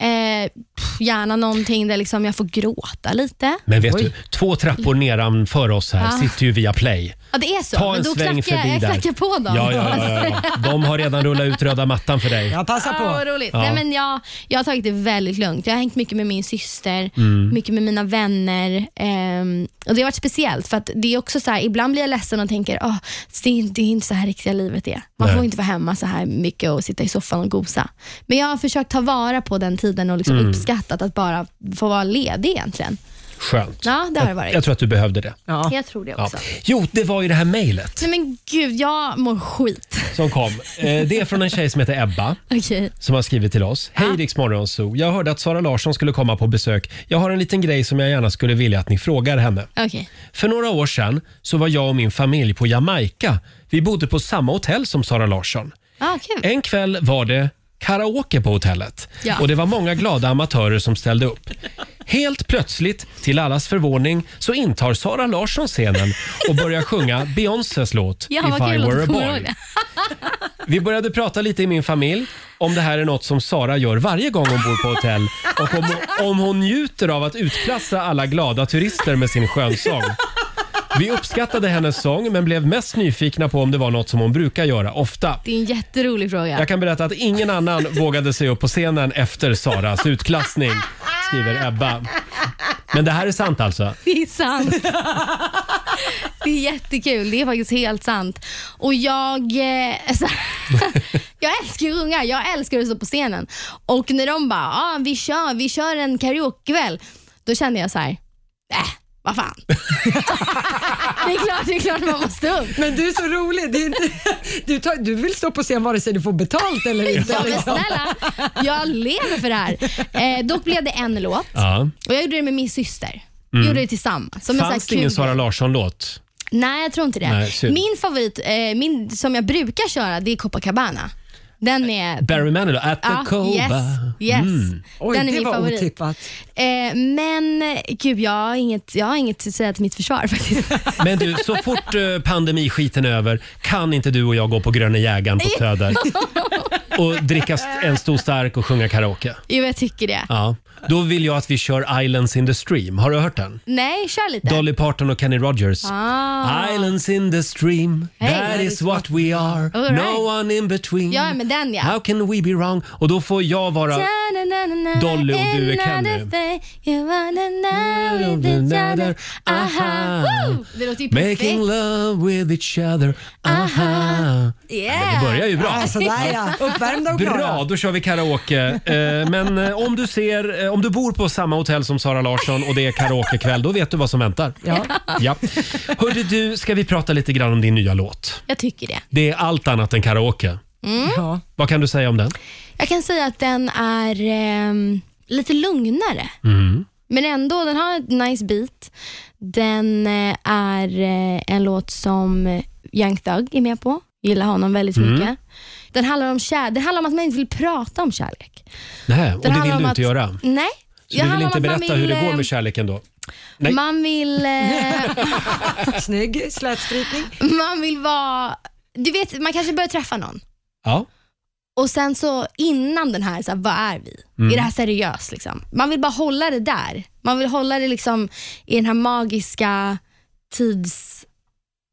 Eh, pff, gärna någonting där liksom jag får gråta lite. Men vet Oj. du, två trappor nedanför oss här Ja. sitter ju via Play. Ja, det är så. Ta en Men då sväng knackar jag, förbi jag där. knackar på dem. Ja, ja, ja, ja, ja. De har redan rullat ut röda mattan för dig. Ja, Ah, vad roligt. Nej, men jag, jag har tagit det väldigt lugnt. Jag har hängt mycket med min syster, Mm. mycket med mina vänner. ehm, och Det har varit speciellt, för att det är också så här, ibland blir jag ledsen och tänker oh, det, är, inte- det är inte så här riktiga livet är. Man Nej. får inte vara hemma så här mycket och sitta i soffan och gosa. Men jag har försökt ta vara på den tiden och liksom Mm. uppskattat att bara få vara ledig egentligen. Skönt. Ja, det har det varit. Jag tror att du behövde det. Jag tror det Ja. också. Jo, det var ju det här mejlet Nej men gud, jag mår skit. som kom. Eh, Det är från en tjej som heter Ebba. Okej. som har skrivit till oss. Hej Rix Morgonzoo. Jag hörde att Sara Larsson skulle komma på besök. Jag har en liten grej som jag gärna skulle vilja att ni frågar henne. Okej. För några år sedan så var jag och min familj på Jamaica. Vi bodde på samma hotell som Sara Larsson. Ah, kul. En kväll var det karaoke på hotellet Ja. och det var många glada amatörer som ställde upp. Helt plötsligt, till allas förvåning, så intar Sara Larsson scenen och börjar sjunga Beyoncés låt Ja, If vad I kul att were du a kommer boy. ihåg det. Vi började prata lite i min familj om det här är något som Sara gör varje gång hon bor på hotell och om, om hon njuter av att utklassa alla glada turister med sin skönsång. Vi uppskattade hennes sång men blev mest nyfikna på om det var något som hon brukar göra ofta. Det är en jätterolig fråga. Jag kan berätta att ingen annan vågade sig upp på scenen efter Saras utklassning, skriver Ebba. Men det här är sant alltså? Det är sant. Det är jättekul. Det är faktiskt helt sant. Och jag, eh, alltså, jag älskar ju att sjunga. Jag älskar att stå på scenen. Och när de bara, ah, vi, kör, vi kör en karaokekväll. Då kände jag så här, äh, vad fan. det är klart, det är klart man måste upp. Men du är så rolig. Det är inte, du, tar, du vill stå på scen vare sig du får betalt eller inte. Ja, men liksom. snälla, jag lever för det här. Eh, dock blev det en låt Ja. och jag gjorde det med min syster. Mm. Vi gjorde det tillsammans. Som en sån här Fanns det ingen kul Sara Larsson-låt? Nej, jag tror inte det. Nej, synd. min favorit, eh, min, som jag brukar köra, det är Copacabana. Den är... Barry Manilow, At the Ja, Coba. yes, yes. Mm. Oj, den är det min var favorit. otippat. Eh, men gud, jag har, inget, jag har inget att säga till mitt försvar faktiskt. Men du, så fort eh, pandemiskiten är över kan inte du och jag gå på Gröna jägaren på Söder och dricka st- en stor stark och sjunga karaoke? jo, jag tycker det. Ja. Då vill jag att vi kör Islands in the stream. Har du hört den? Nej, kör lite. Dolly Parton och Kenny Rogers. Ah. Islands in the stream, Hey, that is what we are. All right. No one in between. Ja, men den ja. How can we be wrong? Och då får jag vara... Ta-na-na-na-na, Dolly och du är another Kenny. Mm, thing you wanna know with each other. Aha. Woo! Det låter ju perfekt. Making love with each other. Aha. Yeah. Ja, men det börjar ju bra. Ja, sådär Alltså, ja. Uppvärmda och Bra, klara. då kör vi karaoke. Eh, Men eh, om du, ser, eh, om du bor på samma hotell som Sara Larsson och det är karaokekväll, då vet du vad som väntar. Ja. ja. Hörde du, ska vi prata lite grann om din nya låt? Jag tycker det. Det är allt annat än karaoke. Mm. Vad kan du säga om den? Jag kan säga att den är ehm, lite lugnare. Mm. Men ändå, den har ett nice beat. Den eh, är eh, en låt som Young Thug är med på. Gillar honom väldigt Mm. mycket. Den handlar, om kär- den handlar om att man inte vill prata om kärlek. Nej, och Den det handlar vill om du att- inte göra. Nej. Så du vill handlar inte om att man berätta hur det vill, går eh, med kärleken då? Nej. Man vill... Eh, Snygg slätstrykning. man vill vara... Du vet, man kanske börjar träffa någon Ja. och sen så innan den här, så här vad är vi? Mm. Är det här seriöst? Liksom? Man vill bara hålla det där. Man vill hålla det liksom i den här magiska tidsrummet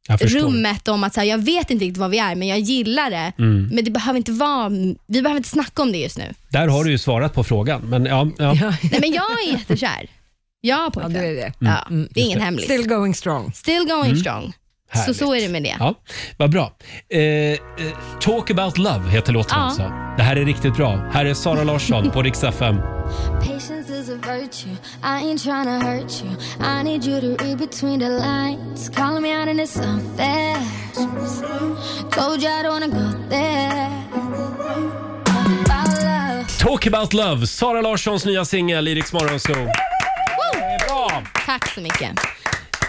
Jag förstår. om att så här, jag vet inte riktigt vad vi är, men jag gillar det. Mm. Men det behöver inte vara, vi behöver inte snacka om det just nu. Där har du ju svarat på frågan. Men ja, ja. Nej, men jag är jättekär. Ja, pojkvän. Ja, du är det. Ja, det är Mm. Just ingen det. Mm. hemlis. Still Still, going strong. going strong. Så så är det med det. Ja, vad bra. Eh, eh, Talk about love heter låten Ja. alltså. Det här är riktigt bra. Här är Sara Larsson på Rix FM. Patience is a virtue. I ain't tryna hurt you. I need you to read between the lines. Calling me out and it's unfair. Told you I don't wanna go there. Talk about love. Talk about love, Sara Larssons nya singel i Rix Morgonzoo. Bra. Tack så mycket.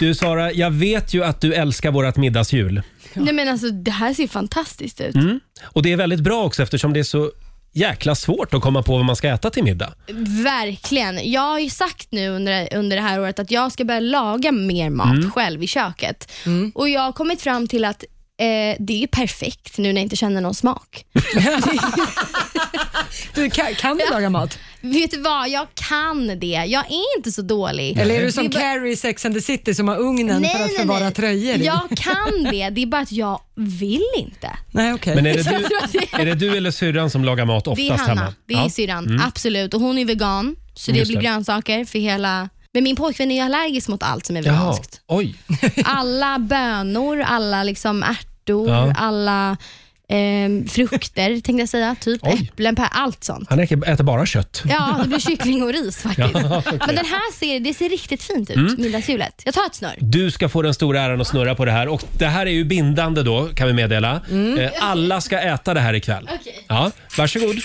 Du Sara, jag vet ju att du älskar vårt middagshjul. Nej, men alltså, det här ser ju fantastiskt ut. Mm. Och det är väldigt bra också eftersom det är så jäkla svårt att komma på vad man ska äta till middag. Verkligen. Jag har ju sagt nu under, under det här året att jag ska börja laga mer mat Mm. själv i köket. Och Jag har kommit fram till att eh, det är perfekt nu när jag inte känner någon smak. Du, kan, kan du laga mat? Vet du vad, jag kan det. Jag är inte så dålig. Eller är du Det som bara- Carrie i Sex and the City som har ugnen för att förvara tröjor i? Jag kan det, det är bara att jag vill inte. Nej, okej. Men är det, Jag tror att du, är det du eller syrran som lagar mat det är oftast Hanna, hemma? det är Ja. syrran. Mm. Absolut. Och hon är vegan, så det Just blir det. grönsaker för hela... Men min pojkvän är ju allergisk mot allt som är Jaha, veganskt. oj. Alla bönor, alla liksom ärtor, Ja. alla ehm, frukter tänkte jag säga. Typ äpplen, pär, allt sånt. Han äter äter bara kött. Ja, det blir kyckling och ris faktiskt. Ja, okej. Men den här ser, det ser riktigt fint ut, Mm. middagshjulet. Jag tar ett snör. Du ska få den stora äran att snurra på det här. Och Det här är ju bindande då, kan vi meddela. Mm. Eh, Alla ska äta det här ikväll. Okej. Ja, varsågod.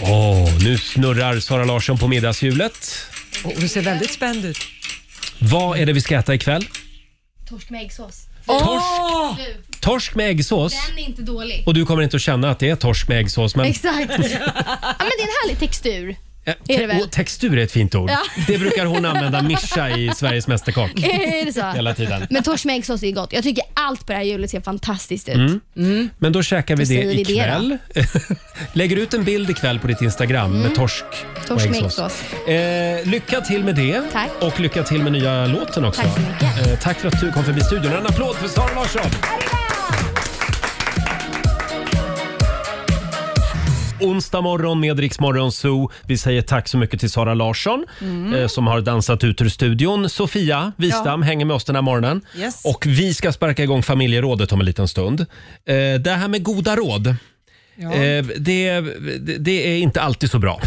Åh, nu snurrar Sara Larsson på middagshjulet. Oh, du ser väldigt spänd ut. Vad är det vi ska äta ikväll? Torsk med äggsås. Torsk? Torsk med äggsås. Den är inte dålig. Och du kommer inte att känna att det är torsk med äggsås. Men Exakt. ja, men det är en härlig textur. Eh, Är det väl? och textur är ett fint ord. Ja. Det brukar hon använda, Mischa i Sveriges Mästerkock. är det så? Hela tiden. Men torsk med äggsås är gott. Jag tycker allt på det här hjulet ser fantastiskt ut. Mm. Men då käkar vi Då det säger vi det då. ikväll. Lägger ut en bild ikväll på ditt Instagram med torsk, och Mm. Torsk med äggsås. äggsås. Eh, lycka till med det och lycka till med nya låten också. Tack så mycket. Eh, tack för att du kom förbi studion. En applåd för Sara Larsson! Onsdag morgon med Rix Morgon Zoo. Vi säger tack så mycket till Sara Larsson Mm. eh, som har dansat ut ur studion. Sofia Wistam Ja. hänger med oss den här morgonen. Yes. Och vi ska sparka igång familjerådet om en liten stund. Eh, det här med goda råd. Eh, Det, det, det är inte alltid så bra.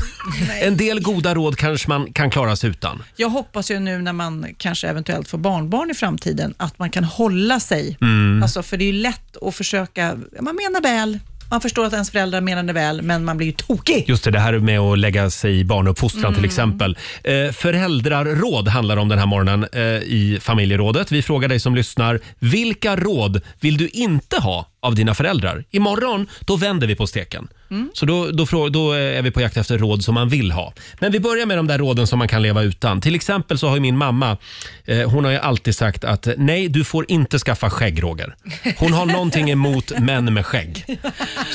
En del goda råd kanske man kan klara sig utan. Jag hoppas ju nu när man kanske eventuellt får barnbarn i framtiden, att man kan hålla sig. Mm. Alltså, för det är ju lätt att försöka, man menar väl, man förstår att ens föräldrar menar det väl, men man blir ju tokig. Just det, det här med att lägga sig i barnuppfostran till exempel. Eh, föräldrarråd handlar det om den här morgonen eh, i familjerådet. Vi frågar dig som lyssnar, vilka råd vill du inte ha av dina föräldrar? Imorgon, då vänder vi på steken. Så då, då, frå- då är vi på jakt efter råd som man vill ha. Men vi börjar med de där råden som man kan leva utan. Till exempel så har ju min mamma, eh, hon har ju alltid sagt att eh, nej, du får inte skaffa skägg, Roger. Hon har någonting emot män med skägg.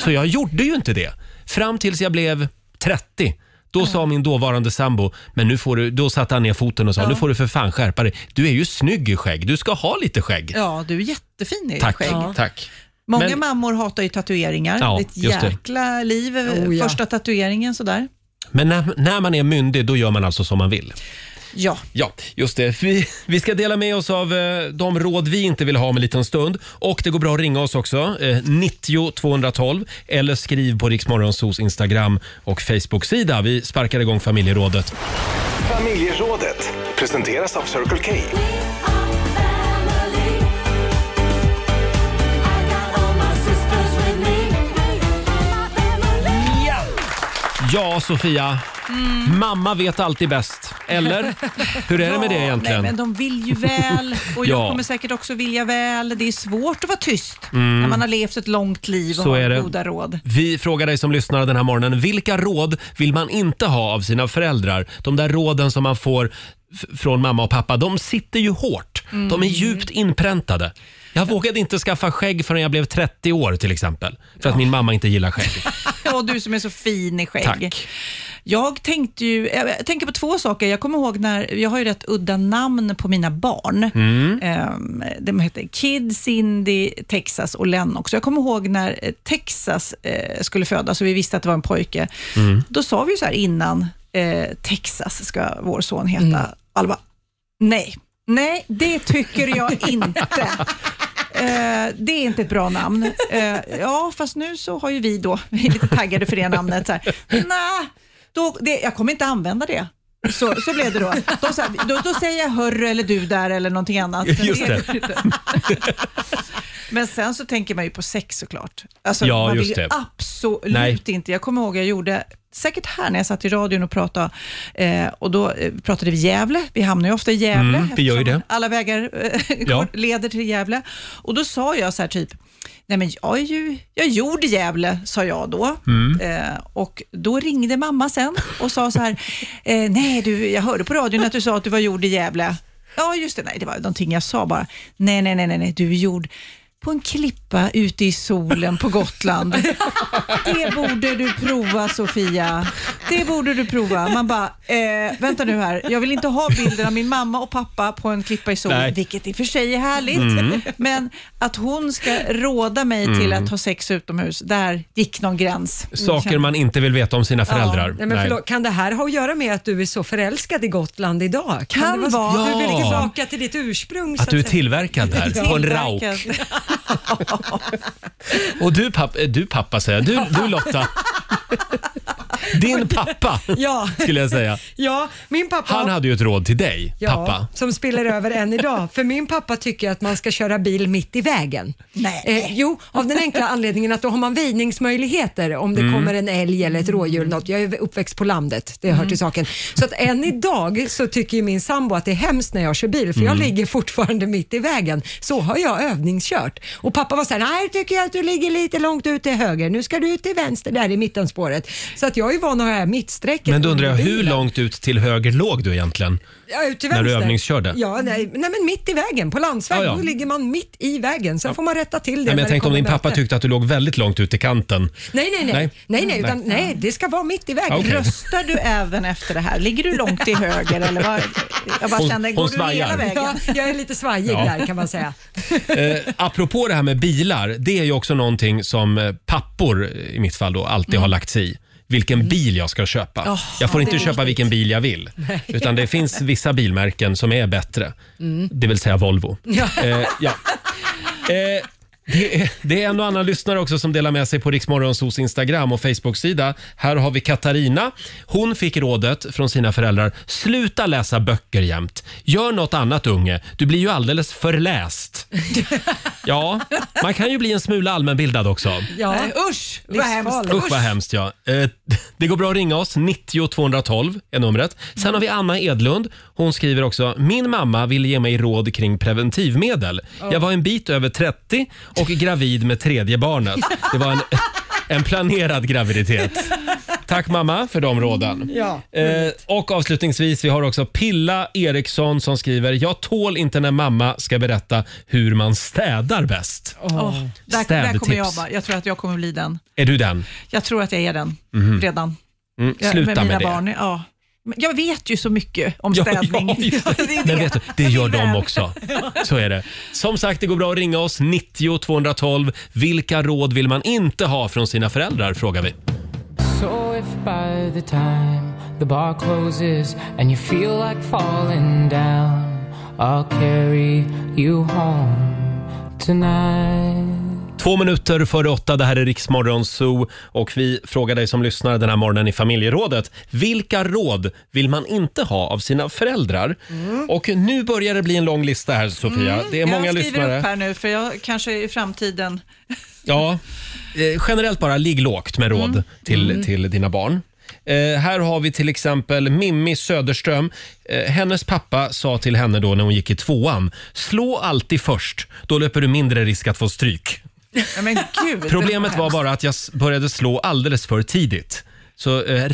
Så jag gjorde ju inte det. Fram tills jag blev 30. Då sa min dåvarande sambo, men nu får du, då satte han ner foten och sa, nu får du för fan skärpa dig. Du är ju snygg i skägg, du ska ha lite skägg. Ja, du är jättefin i tack, skägg. tack. Många Men- mammor hatar ju tatueringar. Ja, det är ett just det. jäkla liv, Oh, ja. första tatueringen sådär. Men när, när man är myndig, då gör man alltså som man vill. Ja. Ja, just det. Vi, vi ska dela med oss av eh, de råd vi inte vill ha om en liten stund. Och det går bra att ringa oss också, eh, 90 212 eller skriv på Riksmorgonsos Instagram och Facebook-sida. Vi sparkar igång familjerådet. Familjerådet presenteras av Circle K. Ja, Sofia. Mamma vet alltid bäst. Eller? Hur är det med det Ja, egentligen? Nej, men de vill ju väl och jag Ja. kommer säkert också vilja väl. Det är svårt att vara tyst Mm. när man har levt ett långt liv och Så har är det. goda råd. Vi frågar dig som lyssnar den här morgonen. Vilka råd vill man inte ha av sina föräldrar? De där råden som man får f- från mamma och pappa, de sitter ju hårt. De är djupt inpräntade. Jag vågade inte skaffa skägg förrän jag blev 30 år till exempel. För att min mamma inte gillar skägg. Ja, du som är så fin i skägg. Tack. Jag tänkte ju, jag tänker på två saker. Jag kommer ihåg när, jag har ju rätt udda namn på mina barn. Mm. Ehm, de heter Kid, Cindy, Texas och Lennox. Jag kommer ihåg när eh, Texas eh, skulle födas och vi visste att det var en pojke. Mm. Då sa vi ju så här innan, eh, Texas ska vår son heta. Alla bara, nej, nej, det tycker jag inte. Eh, det är inte ett bra namn. Eh, ja, fast nu så har ju vi då, vi är lite taggade för det namnet. Så här, "Nä, då, det, jag kommer inte använda det. Så, så blev det då. Då, så här, då. då säger jag hörru eller du där eller någonting annat. Men Just det. går inte. Men sen så tänker man ju på sex såklart. Alltså, Ja, man vill just ju det. absolut Nej. inte. Jag kommer ihåg jag gjorde säkert här när jag satt i radion och pratade eh, och då eh, pratade vi Gävle. Vi hamnar ju ofta i Gävle. Mm, vi gör ju eftersom det. Alla vägar eh, Ja. leder till Gävle. Och då sa jag så här typ, nej men jag är ju, jag är gjord i Gävle, sa jag då. Mm. Eh, och då ringde mamma sen och sa så här, eh, nej du, jag hörde på radion att du sa att du var gjord i Gävle. Ja, just det, nej det var någonting jag sa bara. Nej, nej, nej, nej, nej du är gjord på en klippa ute i solen på Gotland. Det borde du prova Sofia. Det borde du prova. Man bara, eh, vänta nu här. Jag vill inte ha bilden av min mamma och pappa på en klippa i solen, Nej. vilket i och för sig är härligt. Mm. Men att hon ska råda mig till Mm. att ha sex utomhus, där gick någon gräns. Saker man inte vill veta om sina föräldrar. Ja, nej, men förlåt, kan det här ha att göra med att du är så förälskad i Gotland idag? Kan det så- vara. Du vill Ja. tillbaka till ditt ursprung. så Att du är säga. tillverkad där, på en rauk. Tillverkad. Och du, papp, eh, du pappa säger jag. Du, du Lotta. Din pappa, Ja. skulle jag säga. Ja, min pappa... Han hade ju ett råd till dig, Ja, pappa. som spiller över än idag. För min pappa tycker att man ska köra bil mitt i vägen. Nej. Eh, jo, av den enkla anledningen att då har man väjningsmöjligheter om det Mm. kommer en älg eller ett rådjur eller något. Jag är uppväxt på landet, det hör till Mm. saken. Så att än idag så tycker ju min sambo att det är hemskt när jag kör bil för jag Mm. ligger fortfarande mitt i vägen. Så har jag övningskört. Och pappa var så här, nej tycker jag att du ligger lite långt ut till höger. Nu ska du ut till vänster där i mittenspåret. Så att jag är ju van att ha det här mittsträcket. Men då undrar jag, under hur bilen. långt ut till höger låg du egentligen? Ja, ut till När du vänster. övningskörde? Ja, nej, nej, men mitt i vägen på landsväg. Ja, ja. Då ligger man mitt i vägen. Sen får man rätta till Nej, det. men när jag det tänkte om kommer din pappa möte. tyckte att du låg väldigt långt ut i kanten. Nej, nej, nej. Nej. nej. nej, Nej. utan, nej det ska vara mitt i vägen. Okej. Röstar du även efter det här? Ligger du långt till höger eller vad? Jag bara Hon- kände, hon går du svajar. hela vägen? Ja, jag är lite svajig Ja. där kan man säga. Eh, apropå det här med bilar, det är ju också någonting som eh, pappor i mitt fall då alltid har lagt sig i. Vilken bil jag ska köpa. Oh, jag får ja, inte Mm. det är köpa viktigt. vilken bil jag vill. Nej. Utan det finns vissa bilmärken som är bättre. Mm. Det vill säga Volvo. Ja. Eh, ja. Eh, det, är, det är en och annan lyssnare också som delar med sig på Riksmorgonsos Instagram och Facebook-sida. Här har vi Katarina. Hon fick rådet från sina föräldrar. Sluta läsa böcker jämt. Gör något annat unge. Du blir ju alldeles förläst. Ja, man kan ju bli en smula allmänbildad också. Ja. Nej, usch, vad hemskt. Livsfarligt. Usch vad hemskt ja. Eh, Det går bra att ringa oss, 90 212 är numret. Sen har vi Anna Edlund. Hon skriver också, min mamma ville ge mig råd kring preventivmedel. Jag var en bit över 30 och gravid med tredje barnet. Det var en, en planerad graviditet. Tack mamma för de råden. Ja. Eh, och avslutningsvis, vi har också Pilla Eriksson som skriver, jag tål inte när mamma ska berätta hur man städar bäst. Åh, där, där kommer jag Städtips. bara. Jag tror att jag kommer bli den. Är du den? Jag tror att jag är den Mhm. redan. Mm, Jag- sluta med, mina med det. Barn, ja. Men Jag vet ju så mycket om Ja, städning. ja, just det. det är Men det. vet du, det gör de också. Så är det. Som sagt, det går bra att ringa oss. 90 212. Vilka råd vill man inte ha från sina föräldrar? Frågar vi. So if by the time the bar closes and you feel like falling down, I'll carry you home tonight. Två minuter före åtta, det här är Riksmorgon Zoo och vi frågar dig som lyssnar den här morgonen i familjerådet. Vilka råd vill man inte ha av sina föräldrar? Och nu börjar det bli en lång lista här Sofia. Det är många Mm. jag skriver lyssnare. upp här nu för jag kanske i framtiden... Ja, eh, generellt bara ligg lågt med råd Mm. Till, till dina barn. Eh, här har vi till exempel Mimmi Söderström. Eh, hennes pappa sa till henne då när hon gick i tvåan. Slå alltid först, då löper du mindre risk att få stryk. Ja, men gud, det Problemet var hemskt. bara att jag s- började slå alldeles för tidigt. Så eh,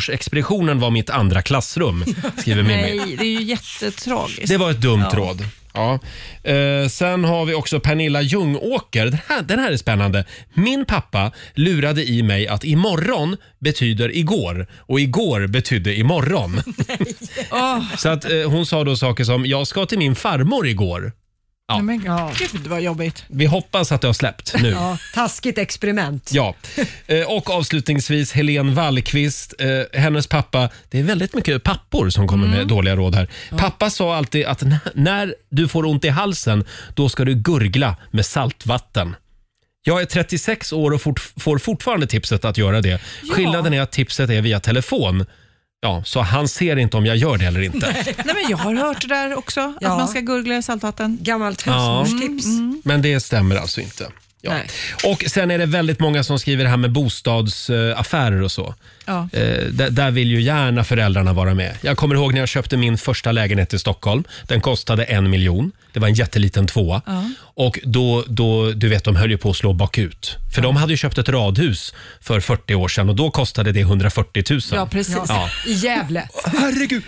rektorsexpeditionen var mitt andra klassrum, skriver Mimmi. Nej, det är ju jättetragiskt. Det var ett dumt Ja. råd. Ja. Eh, sen har vi också Pernilla Ljungåker. Den här, den här är spännande. Min pappa lurade i mig att imorgon betyder igår och igår betydde imorgon. Åh, Så att, eh, hon sa då saker som “jag ska till min farmor igår”. Ja. nej men gud vad jobbigt. Vi hoppas att det har släppt nu. Ja, taskigt experiment. Ja. Eh, Och avslutningsvis Helene Wallqvist, eh, hennes pappa. Det är väldigt mycket pappor som kommer med dåliga råd här. Pappa sa alltid att n- när du får ont i halsen, då ska du gurgla med saltvatten. Jag är 36 år och fort, får fortfarande tipset att göra det. Skillnaden är att tipset är via telefon. Ja, så han ser inte om jag gör det eller inte. Nej, men jag har hört det där också, Ja. att man ska gurgla i saltvatten. Gammalt Ja. husmorstips. Men det stämmer alltså inte. Ja. Nej. Och sen är det väldigt många som skriver det här med bostadsaffärer och så. Ja. Eh, där, där vill ju gärna föräldrarna vara med. Jag kommer ihåg när jag köpte min första lägenhet i Stockholm. Den kostade en miljon. Det var en jätteliten tvåa. Ja. Och då, då, du vet, de höll ju på att slå bakut. För de hade ju köpt ett radhus för 40 år sedan och då kostade det 140 000. Ja, precis. Ja. I Gävle. Herregud,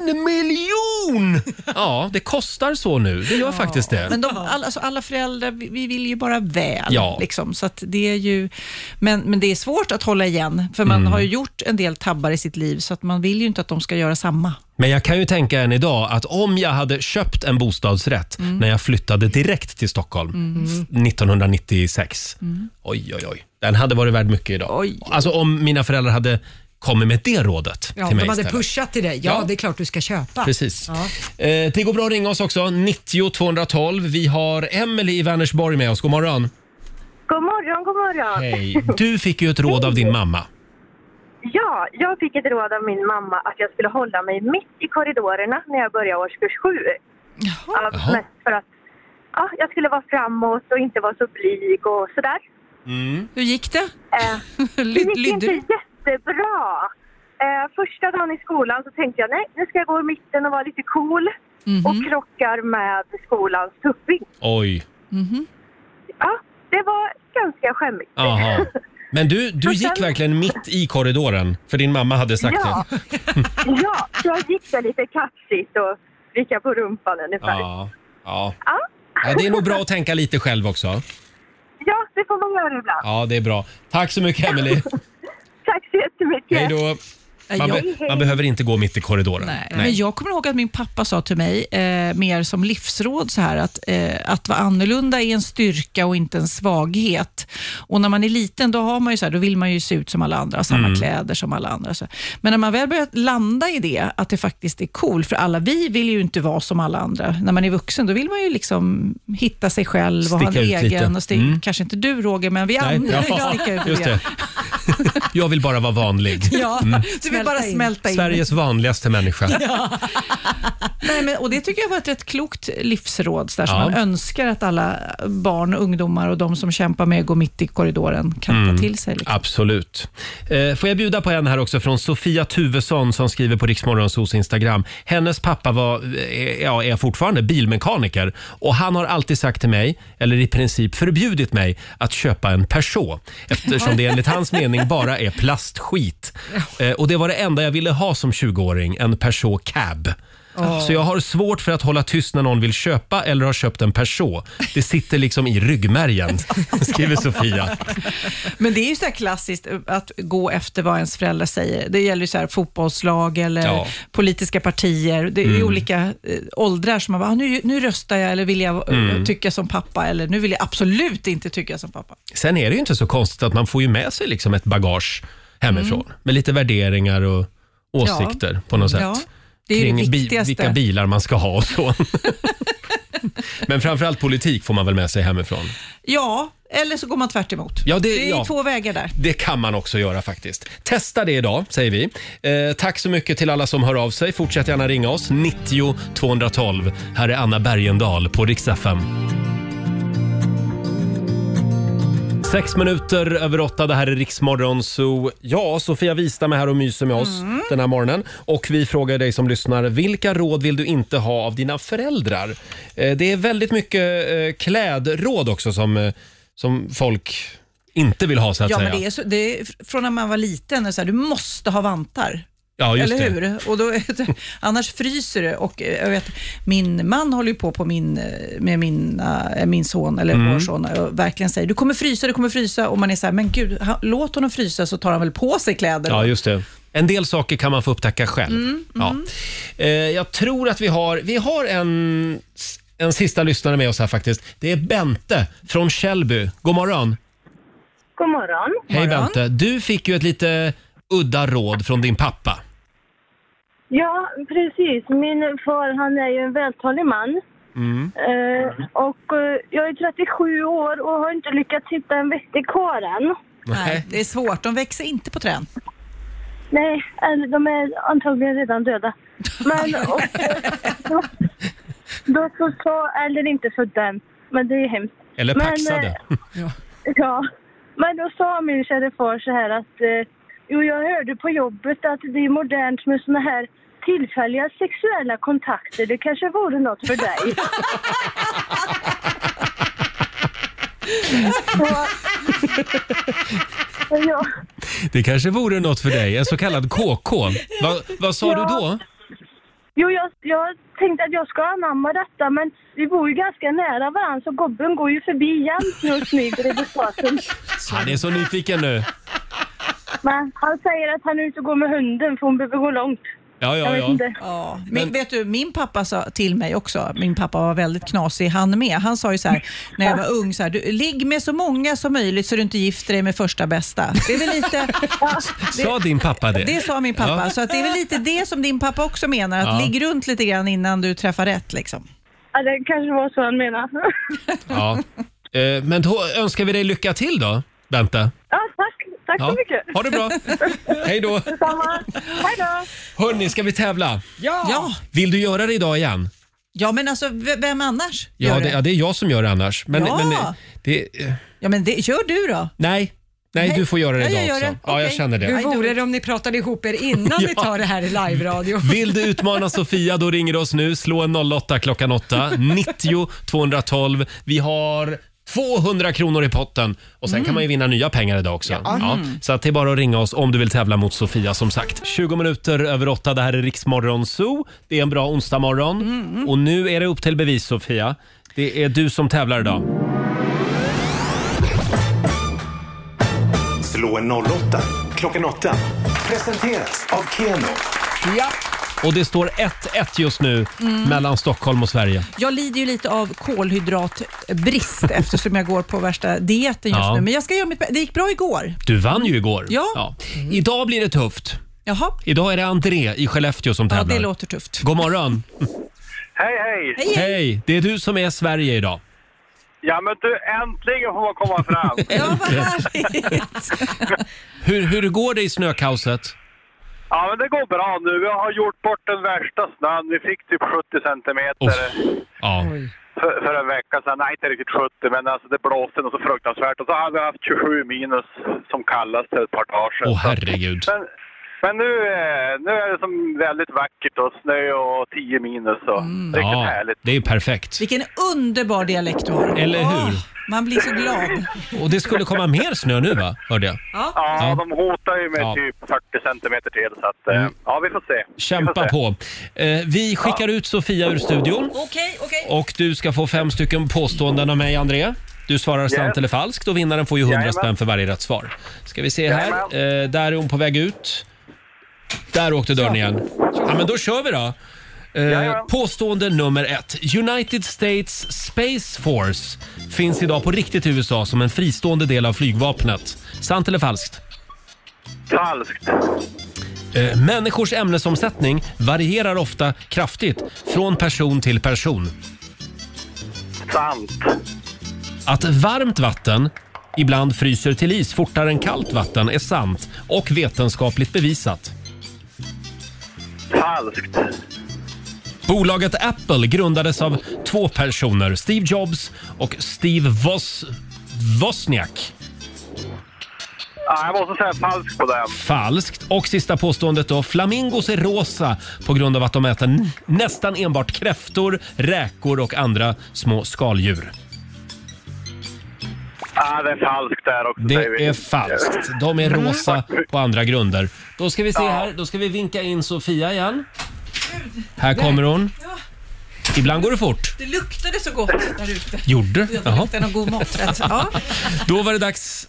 en miljon! ja, det kostar så nu. Det gör faktiskt det. Men de, all, alltså alla föräldrar, vi, vi vill ju bara väl. Ja. Liksom, så att det är ju, men, men det är svårt att hålla igen, för man Mm. har ju gjort en del tabbar i sitt liv, så att man vill ju inte att de ska göra samma. Men jag kan ju tänka än idag att om jag hade köpt en bostadsrätt Mm. när jag flyttade direkt till Stockholm Mm. f- 1996. Mm. Oj, oj, oj. Den hade varit värd mycket idag. Alltså om mina föräldrar hade kommit med det rådet Ja, till mig de hade istället. pushat till dig. Ja, Ja. det är klart du ska köpa. Precis. Ja. Eh, det går bra att ringa oss också. 90 212. Vi har Emelie i Vänersborg med oss. God morgon. God morgon, god morgon. Hej. Du fick ju ett råd av din mamma. Ja, jag fick ett råd av min mamma att jag skulle hålla mig mitt i korridorerna när jag började årskurs 7. Ja, Jaha. mest för att ja, jag skulle vara framåt och inte vara så blyg och sådär. Mm. Hur gick det? Eh, det gick lydde inte jättebra. Eh, första dagen i skolan så tänkte jag nej, nu ska jag gå i mitten och vara lite cool Mhm. Mm. och krockar med skolans tupping. Oj. Ja, det var ganska skämmigt. Aha. Men du, du gick verkligen mitt i korridoren, för din mamma hade sagt det. ja. ja, så jag gick där lite kaxigt och vrickade på rumpan ungefär. Ja. Ja. ja. ja. Det är nog bra att tänka lite själv också. ja, det får man göra ibland. Ja, det är bra. Tack så mycket, Emily. Tack så jättemycket. Hej då. Man, jag- be- man behöver inte gå mitt i korridoren. Nej. Men jag kommer ihåg att min pappa sa till mig, eh, mer som livsråd, så här, att, eh, att vara annorlunda är en styrka och inte en svaghet. Och när man är liten, då, har man ju så här, då vill man ju se ut som alla andra, ha samma Mm. kläder som alla andra. Så. Men när man väl börjar landa i det, att det faktiskt är cool, för alla vi vill ju inte vara som alla andra. När man är vuxen, då vill man ju liksom hitta sig själv och ha en Sticka ut egen. lite. Och sti- Mm. Kanske inte du Roger, men vi andra sticka ut just det. Jag vill bara vara vanlig. Ja, Mm. du vill bara smälta in. Sveriges vanligaste människa. Ja. Nej, men, och det tycker jag var ett rätt klokt livsråd, så där, som Ja. man önskar att alla barn och ungdomar och de som kämpar med att gå mitt i korridoren kan Mm. ta till sig. Liksom. Absolut. Eh, får jag bjuda på en här också från Sofia Tuvesson som skriver på Riksmorgonsos Instagram. Hennes pappa var, eh, ja, är fortfarande bilmekaniker och han har alltid sagt till mig, eller i princip förbjudit mig, att köpa en Peugeot eftersom det enligt hans mening bara är plastskit. Eh, och det var det enda jag ville ha som 20-åring, en Peugeot cab. Åh. Så jag har svårt för att hålla tyst när någon vill köpa eller har köpt en Peugeot. Det sitter liksom i ryggmärgen, skriver Sofia. Men det är ju så här klassiskt eh, att gå efter vad ens föräldrar säger. Det gäller ju så här fotbollslag eller Ja. politiska partier. Det är ju Mm. olika eh, åldrar som man bara, "Ah, nu, nu röstar jag eller vill jag eh, Mm. tycka som pappa eller nu vill jag absolut inte tycka som pappa. Sen är det ju inte så konstigt att man får ju med sig liksom ett bagage hemifrån Mm. med lite värderingar och åsikter på något sätt. Ja, det är ju det viktigaste. vilka bilar man ska ha och så. Men framförallt politik får man väl med sig hemifrån. Ja, eller så går man tvärt emot. Ja, det- det är ju ja. två vägar där. Det kan man också göra faktiskt. Testa det idag, säger vi. Eh, tack så mycket till alla som hör av sig. Fortsätt gärna ringa oss, 90 212. Här är Anna Bergendahl på Rix FM. Sex minuter över åtta, det här är Riksmorgon så Ja, Sofia Wistam är här och myser med oss Mm. den här morgonen. Och vi frågar dig som lyssnar, vilka råd vill du inte ha av dina föräldrar? Eh, Det är väldigt mycket eh, klädråd också som, eh, som folk inte vill ha så att ja, säga. men det är, så, det är fr- från när man var liten, är det så här, du måste ha vantar. Ja, just Eller det. hur? Och då, annars fryser det. Och eh, jag vet, min man håller ju på, på min, eh, med min, min son, eller Mm. vår son, och verkligen säger du kommer frysa, du kommer frysa. Och man är så här, men gud, ha- låt honom frysa så tar han väl på sig kläder. Ja, just det. En del saker kan man få upptäcka själv. Mm, Ja. Eh, jag tror att vi har, vi har en, en sista lyssnare med oss här faktiskt. Det är Bente från Källby. God morgon. God morgon. Hej Bente. Du fick ju ett lite udda råd från din pappa. Ja, precis. Min far han är ju en vältalig man. Mm. Eh, och eh, jag är 37 år och har inte lyckats hitta en vettig karl än. Nej, det är svårt. De växer inte på trän. Nej, eller de är antagligen redan döda. Men och, då, då så sa, eller inte för den, men det är hemskt. Eller Men, eh, paxade. Ja, men då sa min kära far så här att eh, jo, jag hörde på jobbet att det är modernt med såna här tillfälliga sexuella kontakter. Det kanske vore något för dig. Så- ja, Det kanske vore något för dig, en så kallad KK. Va, vad sa du då? jo, jag, jag tänkte att jag ska anamma detta, men vi bor ju ganska nära varandra så gubben går ju förbi jämt nu och smyger i buskagen. Han är så nyfiken nu. Men han säger att han är ute och går med hunden för hon behöver gå långt. Ja, Jag ja, vet ja. inte. Ja, men, vet du, min pappa sa till mig också, min pappa var väldigt knasig han med. Han sa ju så här, när jag var ung, så här, du, ligg med så många som möjligt så du inte gifter dig med första bästa. Det är väl lite... Sa din pappa det? Det sa min pappa, Ja. så att det är väl lite det som din pappa också menar, att Ja. ligg runt lite grann innan du träffar rätt. Liksom. Ja, det kanske var så han menade. Ja. Eh, Men då önskar vi dig lycka till då, Bente. Ja, tack. Tack Ja. så mycket. Ha det bra. Hej då. Detsamma. Hej då. Hörni, ska vi tävla? Ja. ja! Vill du göra det idag igen? men alltså v- vem annars? Ja, gör det, ja, det är jag som gör det annars. Men, Ja. men det, eh, Ja, men det, gör du då? nej. nej, du får göra det Ja, jag idag gör också. det. Ja, jag Okej. känner det. Hur vore det om ni pratade ihop er innan Ja. ni tar det här i live-radio? Vill du utmana Sofia, då ringer du oss nu. Slå en 08 klockan 8. 90 212. Vi har 200 kronor i potten och sen Mm. kan man ju vinna nya pengar idag också. Ja. Ja, Mm. så att det är bara att ringa oss om du vill tävla mot Sofia som sagt. 20 minuter över 8, det här är Riksmorgon Zoo. Det är en bra onsdag morgon. Mm. och nu är det upp till bevis Sofia. Det är du som tävlar idag. Slå en 08 klockan 8. Presenteras av Keno. Ja. Och det står 1-1 just nu Mm. mellan Stockholm och Sverige. Jag lider ju lite av kolhydratbrist eftersom jag går på värsta dieten just Ja. nu. Men jag ska göra mitt bä- Det gick bra igår. Du vann ju igår. Ja. Idag blir det tufft. Jaha, Idag är det André i Skellefteå som ja, tävlar. det låter tufft. God morgon. Hej, hej! Hej. Det är du som är Sverige idag. Ja, men du, äntligen får man komma fram! ja, vad härligt! Hur, hur går det i snökaoset? ja, men det går bra nu. Vi har gjort bort den värsta snön. Vi fick typ 70 centimeter Ja. för, för en vecka sedan. Nej, inte riktigt 70, men alltså det blåste något så fruktansvärt. Och så hade vi haft 27 minus som kallast för ett par dagar sedan. Åh herregud. Men, men nu, eh, nu är det som väldigt vackert och snö och 10 minus och riktigt ja, härligt. Det är perfekt. Vilken underbar dialekt du har. Eller hur? Åh, man blir så glad. Och det skulle komma mer snö nu va? Hörde jag. Ja, Ja. de hotar ju med Ja. typ 40 centimeter till så att, eh, Mm. ja vi får se. vi får Kämpa se. på. Eh, vi skickar ut Sofia ur studion. Okej, okej. Och du ska få fem stycken påståenden av mig, André. Du svarar Yes. sant eller falskt och vinnaren får ju 100 Jajamän. spänn för varje rätt svar. Ska vi se här. Eh, där är hon på väg ut. Där åkte dörren igen. Ja, men då kör vi då. Eh, påstående nummer ett. United States Space Force finns idag på riktigt i USA som en fristående del av flygvapnet. Sant eller falskt? Falskt. Eh, människors ämnesomsättning varierar ofta kraftigt från person till person. Sant. Att varmt vatten ibland fryser till is fortare än kallt vatten är sant och vetenskapligt bevisat. Falskt. Bolaget Apple grundades av två personer, Steve Jobs och Steve Vos Wozniak. Ja, Ah, jag måste säga falskt på den. Falskt. Och sista påståendet då. Flamingos är rosa på grund av att de äter n- nästan enbart kräftor, räkor och andra små skaldjur. Ah, det är falskt där också. säger Det vi. är falskt. Mm. De är rosa på andra grunder. Då ska vi se här. Då ska vi vinka in Sofia igen. Här kommer hon. Ibland går det fort. Det luktade så gott där ute. Gjorde? Det Jaha. luktade någon god maträtt. Ja. Då var det dags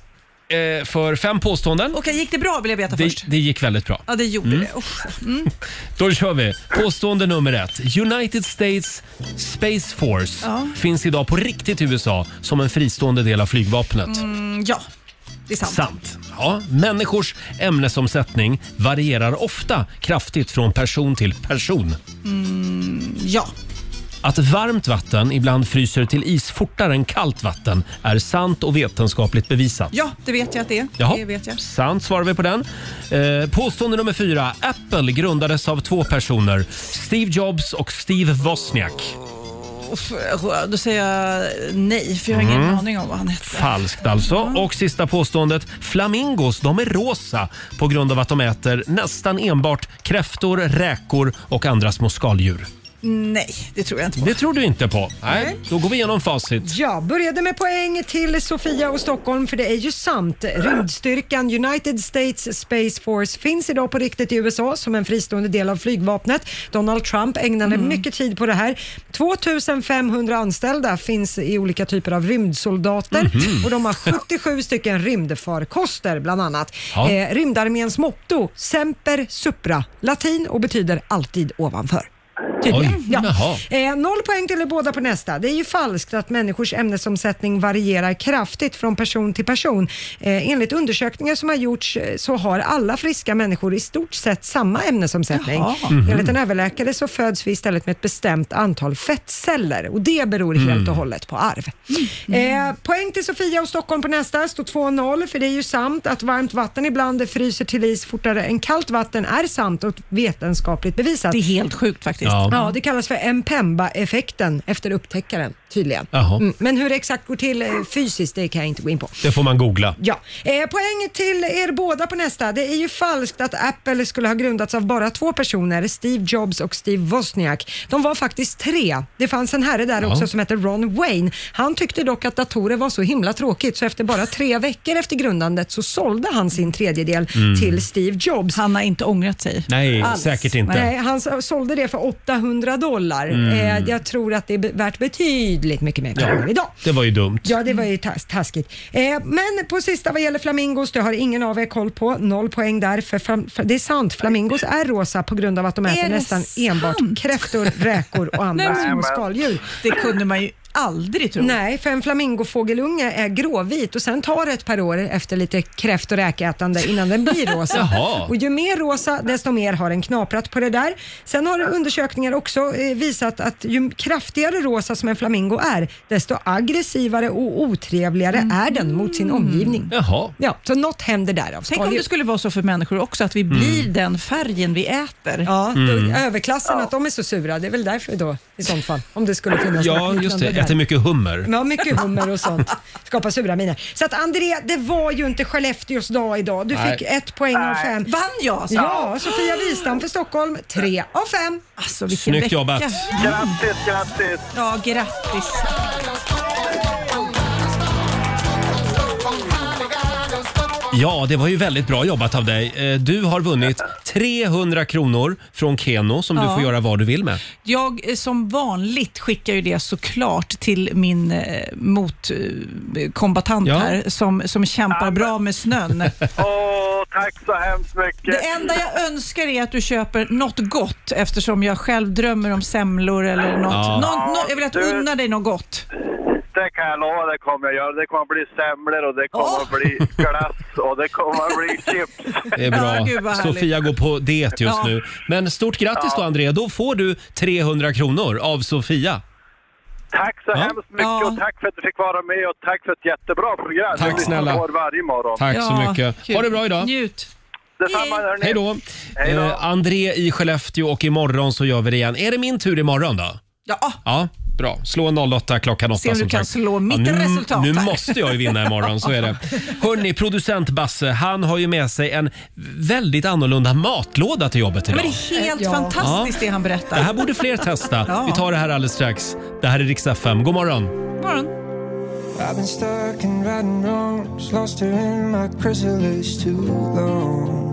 eh, för fem påståenden. Okej, gick det bra vill jag veta Det, först? det gick väldigt bra. Ja, det gjorde Mm. det. Usch. Mm. Då kör vi. Påstående nummer ett. United States Space Force Ja. finns idag på riktigt i USA som en fristående del av flygvapnet. Mm, ja, det är sant. Sant. Ja, människors ämnesomsättning varierar ofta kraftigt från person till person. Mm, ja. Att varmt vatten ibland fryser till is fortare än kallt vatten är sant och vetenskapligt bevisat. ja, det vet jag att det är. Jaha. Det vet jag. Sant svarar vi på den. Eh, påstående nummer fyra. Apple grundades av två personer, Steve Jobs och Steve Wozniak. Uff, Då säger jag nej, för jag har ingen Mm. aning om vad han heter. Falskt alltså. Och sista påståendet. Flamingos de är rosa på grund av att de äter nästan enbart kräftor, räkor och andra små skaldjur. Nej, det tror jag inte. Det tror du inte på? Nej, Nej. då går vi igenom facit. Ja, började med poäng till Sofia och Stockholm, för det är ju sant. Rymdstyrkan United States Space Force finns idag på riktigt i USA som en fristående del av flygvapnet. Donald Trump ägnade Mm. mycket tid på det här. 2500 anställda finns i olika typer av rymdsoldater Mhm. och de har 77 stycken rymdfarkoster bland annat. Ja. Eh, rymdarméns motto Semper Supra, latin och betyder alltid ovanför. Tydligen. Oj, Ja. jaha. Eh, noll poäng till er båda på nästa. Det är ju falskt att människors ämnesomsättning varierar kraftigt från person till person. Eh, enligt undersökningar som har gjorts eh, så har alla friska människor i stort sett samma ämnesomsättning. Mm-hmm. Jaha. Mhm. Enligt en överläkare så föds vi istället med ett bestämt antal fettceller och det beror helt Mm. och hållet på arv. Eh, poäng till Sofia och Stockholm på nästa, står 2-0, för det är ju sant att varmt vatten ibland fryser till is fortare än kallt vatten är sant och vetenskapligt bevisat. Det är helt sjukt faktiskt. Ja, Ja. Mm. det kallas för Mpemba-effekten efter upptäckaren tydligen. Jaha. Mm, Men hur det exakt går till eh, fysiskt, det kan jag inte gå in på. Det får man googla. Ja. Eh, poäng till er båda på nästa. Det är ju falskt att Apple skulle ha grundats av bara två personer, Steve Jobs och Steve Wozniak. De var faktiskt tre. Det fanns en herre där Ja. också som hette Ron Wayne. Han tyckte dock att datorer var så himla tråkigt så efter bara tre veckor efter grundandet så sålde han sin tredjedel Mm. till Steve Jobs. Han har inte ångrat sig. Nej, säkert inte. Nej, han s- sålde det för 800 dollar. Mm. Eh, jag tror att det är be- värt betydligt mycket mer pengar idag. det var ju dumt. Ja, det var ju tas taskigt. Eh, men på sista vad gäller flamingos, det har ingen av er koll på. Noll poäng där. För fram, för det är sant, flamingos är rosa på grund av att de Är äter det nästan enbart kräftor, räkor och andra Nej, små men- skaldjur. Det kunde man ju aldrig tro. Nej, för en flamingofågelunge är gråvit och sen tar det ett par år efter lite kräft och räkätande innan den blir rosa. Jaha. Och ju mer rosa, desto mer har den knaprat på det där. Sen har undersökningar också eh, visat att ju kraftigare rosa som en flamingo är, desto aggressivare och otrevligare är den mot sin omgivning. Jaha. Ja, så något händer där av Tänk om det skulle vara så för människor också, att vi blir den färgen vi äter. Ja, då, Mm. överklassen, att de är så sura, det är väl därför då i sånt fall, om det skulle finnas Ja, något just det. liknande där. Äter mycket hummer. Ja, mycket hummer och sånt. Skapa sura miner. Så att André, det var ju inte Skellefteås dag idag. Du Nej. fick ett poäng av fem. Vann jag? alltså? Ja, Sofia Wistam för Stockholm, tre av fem. Alltså, vilken Snyggt vecka. jobbat. Grattis, grattis! Ja, grattis. Ja, det var ju väldigt bra jobbat av dig. Eh, Du har vunnit 300 kronor från Keno som du Ja. får göra vad du vill med. Jag eh, som vanligt skickar ju det såklart till min eh, motkombatant Ja. här som, som kämpar bra med snön. Åh, tack så hemskt mycket. Det enda jag önskar är att du köper något gott eftersom jag själv drömmer om semlor eller något. Ja. Nå, nå, jag vill att du Du- unnar dig något gott. Det kan jag lova, det kommer jag göra. Det kommer att bli semlor och det kommer att bli glass och det kommer att bli chips. Det är bra. Sofia går på diet just Ja. nu. Men stort grattis då André. Då får du 300 kronor av Sofia. Tack så hemskt mycket och tack för att du fick vara med och tack för ett jättebra program. Tack jag lyssnar snälla. på er varje morgon. Tack så mycket. Ha det bra idag. Njut. Detsamma hörni. Hej då. Hej då. Eh, André i Skellefteå och imorgon så gör vi det igen. Är det min tur imorgon då? Ja. ah, Ja, bra. Slå 08 klockan 8 Se om du som kan sagt. slå mitt nu, resultat Nu här. måste jag ju vinna imorgon, så är det. Hörni, producent Basse, han har ju med sig en väldigt annorlunda matlåda till jobbet Ja, idag. men det är helt fantastiskt det han berättar. Det här borde fler testa. Ja. Vi tar det här alldeles strax. Det här är Rix FM. God morgon! Morgon. I've been stuck in right and wrongs, lost her in my chrysalis too long.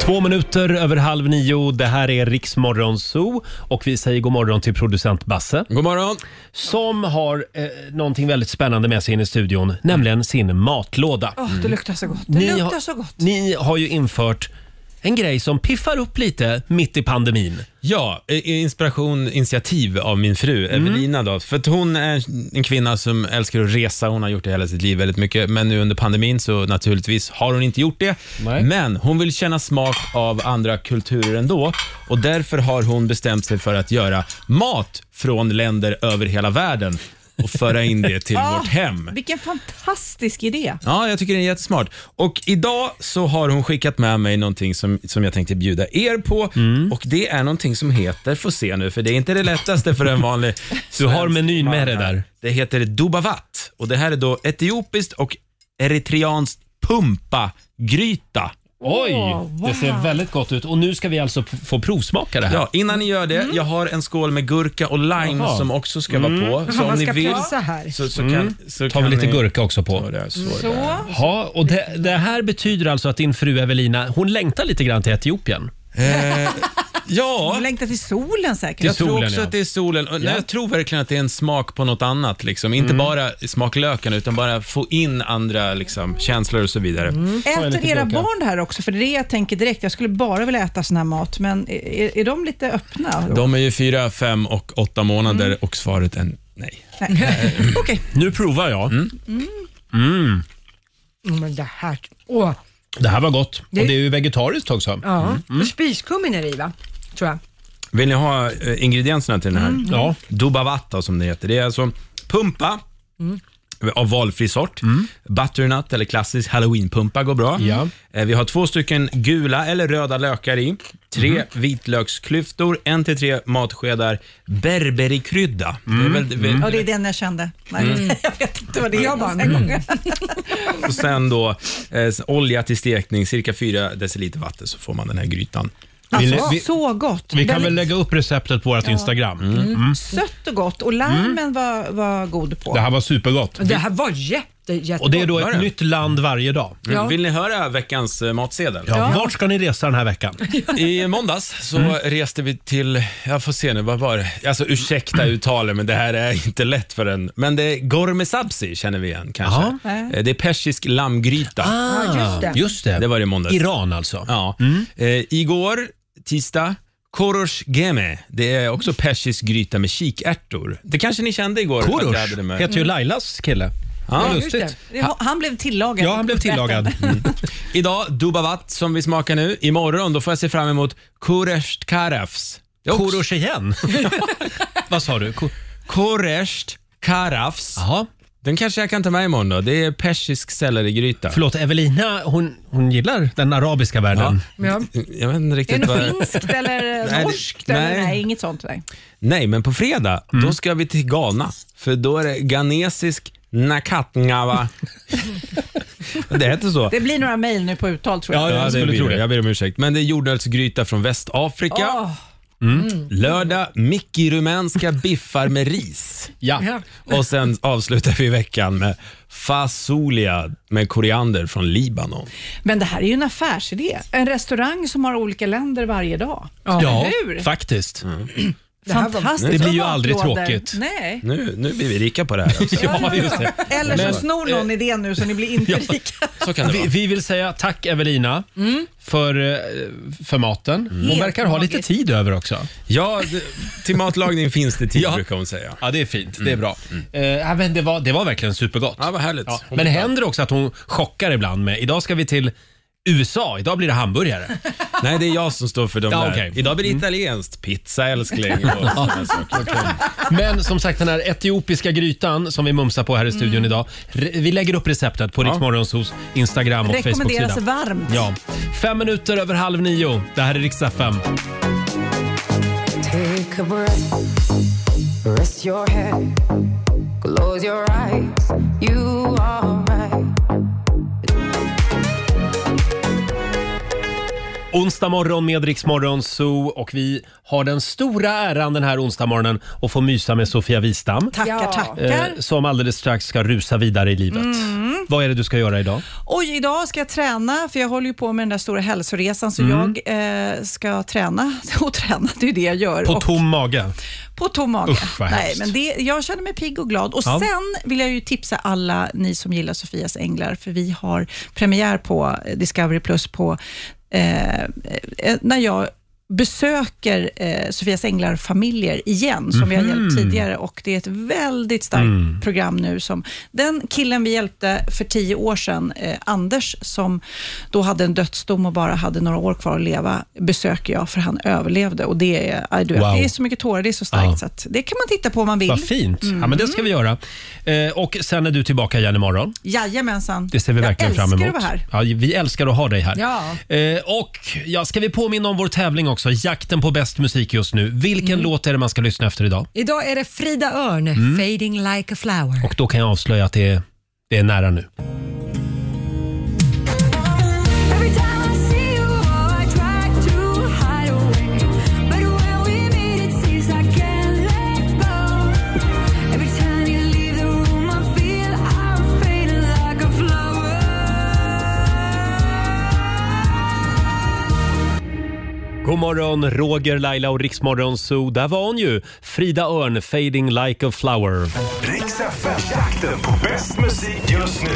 Två minuter över halv nio. Det här är Riksmorgon Zoo och vi säger god morgon till producent Basse. God morgon. Som har eh, någonting väldigt spännande med sig in i studion, nämligen sin matlåda. Åh, det luktar så gott. Det Ni luktar har- så gott. Ni har ju infört en grej som piffar upp lite mitt i pandemin. Ja, eh, inspiration, initiativ av min fru Evelina. Då, för att hon är en kvinna som älskar att resa. Hon har gjort det hela sitt liv väldigt mycket. Men nu under pandemin så naturligtvis har hon inte gjort det. Men hon vill känna smak av andra kulturer ändå. Och därför har hon bestämt sig för att göra mat från länder över hela världen och föra in det till Ah, vårt hem. Vilken fantastisk idé. Ja, jag tycker den är jättesmart. Och idag så har hon skickat med mig någonting som, som jag tänkte bjuda er på. Mm. Och det är någonting som heter, få se nu, för det är inte det lättaste för en vanlig Du har menyn med dig där. Det heter Dobavat och det här är då etiopiskt och eritreanskt pumpagryta. Oj, det ser väldigt gott ut. Och nu ska vi alltså f- få provsmaka det här. Ja, innan ni gör det, jag har en skål med gurka och lime Mm. Jaha. som också ska Mm. vara på. Jaha, Så om man ni ska vill pressa här. så, så Mm. kan, så Tar vi kan lite Mm. ni- gurka också på. Så där, så Så. där. Ja, och det, det här betyder alltså att din fru Evelina, hon längtar lite grann till Etiopien. ja. Du längtar till solen säkert. Jag tror också att det är solen. Och nej, Jag tror verkligen att det är en smak på något annat. Liksom. Inte bara smaklöken, utan bara få in andra liksom, känslor och så vidare. Mm. Äter era barn det här också? För det är det jag tänker direkt. Jag skulle bara vilja äta sån här mat, men är, är de lite öppna? De är ju fyra, fem och åtta månader och svaret är nej. Nej. Okej. Nu provar jag. Mm. Mm. Men det här... Åh. Det här var gott. Det- Och det är ju vegetariskt också. Ja. Mm. Mm. Och spiskummin är det i, va? Tror jag. Vill ni ha eh, ingredienserna till den här? Mm. Ja. Dubavatta som det heter. Det är alltså pumpa Mm. av valfri sort. Butternut eller klassisk halloweenpumpa går bra. Eh, Vi har två stycken gula eller röda lökar i. Tre Mm. vitlöksklyftor, en till tre matskedar berberikrydda. Mm. Det är väl, väl, Ja, det är den jag kände. Nej, Mm. jag vet inte vad det är. Jag bara, Och sen då eh, s- olja till stekning, cirka 4 deciliter vatten så får man den här grytan. Alltså, så gott. Vi kan Väldigt väl lägga upp receptet på vårt Instagram. Mm. Sött och gott och limen var, var god på. Det här var supergott. Det här var jätte, jättegott. Och det är då ett nytt land varje dag. Mm. Ja. Vill ni höra veckans eh, matsedel? Ja, Vart ska ni resa den här veckan? I måndags så Mm. reste vi till, jag får se nu, vad var det? Alltså ursäkta Mm. uttalen, men det här är inte lätt för en. Men det är gorme sabzi känner vi igen kanske. Eh, Det är persisk lammgryta. Ah, just det. just det. Det var det i måndags. Iran alltså. Ja. Eh, igår, tisdag, Korosh geme. Det är också persisk gryta med kikärtor. Det kanske ni kände igår? att jag Korosh hade det med. heter ju Lailas kille. Ja, Vad just det. lustigt. Han- Han blev tillagad. Ja, han blev tillagad. Idag Dubavat som vi smakar nu. Imorgon då får jag se fram emot Koresht Karafs. Korosh igen? Vad sa du? Koresht Karafs. Den kanske jag kan ta med imorgon då. Det är persisk sellerigryta. Förlåt, Evelina hon, hon gillar den arabiska världen. Jag vet inte Är riktigt vad... det finskt eller Nej, det- norskt? eller- nej. nej, inget sånt. Nej. Nej, men på fredag då ska vi till Ghana. För då är det ghanesisk nakatngawa. det heter så. Det blir några mejl nu på uttal tror jag. det blir det. Jag ber om ursäkt. Men det är jordnötsgryta från Västafrika. Åh. Mm. Lördag, mickirumänska biffar med ris. Ja. Och sen avslutar vi veckan med fasolia med koriander från Libanon. Men det här är ju en affärsidé. En restaurang som har olika länder varje dag. Ja, Hur? faktiskt. Mm. Det här var- Fantastiskt. Det blir ju Och aldrig matlådor. tråkigt. Nej. Nu, nu blir vi rika på det här. alltså. Också. Ja, just det. Eller så Men- snor någon idén nu så ni blir inte rika. Så kan det vi, vara. vi vill säga tack Evelina för, eh, för maten. Hon Helt verkar ha lite magiskt. tid över också. Ja, d- till matlagning finns det tid Ja. brukar hon säga. Ja, det är fint. Det är bra. Eh, ja, men det, var, det var verkligen supergott. Ja, vad härligt. Men det händer också att hon chockar ibland med idag ska vi till USA, idag blir det hamburgare. Nej, det är jag som står för de där. Idag Mm. blir det italienskt. Pizza älskling. Och sådana saker. Men som sagt den här etiopiska grytan som vi mumsar på här i studion Mm. idag. re- Vi lägger upp receptet på Ja. Rix Morgonzoos Instagram och Facebook-sida. Rekommenderas varmt. Ja. Fem minuter över halv nio. Det här är Rix FM. Take a breath, rest your head, close your eyes. You are right. Onsdag morgon med Rix Morgon Zoo och vi har den stora äran den här onsdag morgonen att få mysa med Sofia Wistam. Tackar, tackar. Eh, som alldeles strax ska rusa vidare i livet. Mm. Vad är det du ska göra idag? Oj, idag ska jag träna, för jag håller ju på med den där stora hälsoresan, så Mm. jag eh, ska träna och träna. Det är ju det jag gör. På och, tom mage? på tom mage. Usch, vad Nej, hemskt. men det, jag känner mig pigg och glad. Och Ja. Sen vill jag ju tipsa alla ni som gillar Sofias änglar, för vi har premiär på Discovery Plus på eh, eh, när jag besöker eh, Sofias änglar-familjer igen, som vi har hjälpt Mhm. tidigare. Och Det är ett väldigt starkt Mm. program nu. Som, den killen vi hjälpte för tio år sedan, eh, Anders, som då hade en dödsdom och bara hade några år kvar att leva, besöker jag för han överlevde. Och Det är, aj, du, vet, Wow. det är så mycket tårar, det är så starkt. Ja. Så att det kan man titta på om man vill. Vad fint. Ja, men det Mm. ska vi göra. Eh, och sen är du tillbaka igen imorgon. Jajamensan. Det ser vi jag verkligen älskar fram emot. att vara här. Ja, vi älskar att ha dig här. Ja. Eh, och ja, ska vi påminna om vår tävling också? Jakten på bäst musik just nu. Vilken Mm. låt är det man ska lyssna efter idag? Idag är det Frida Örn, Mm. Fading like a flower. Och då kan jag avslöja att det är, det är nära nu. oh, God morgon, Roger, Laila och Riksmorgon Zoo. Där var hon ju, Frida Örn, Fading like a flower. Riks FM-jakten på bäst musik just nu.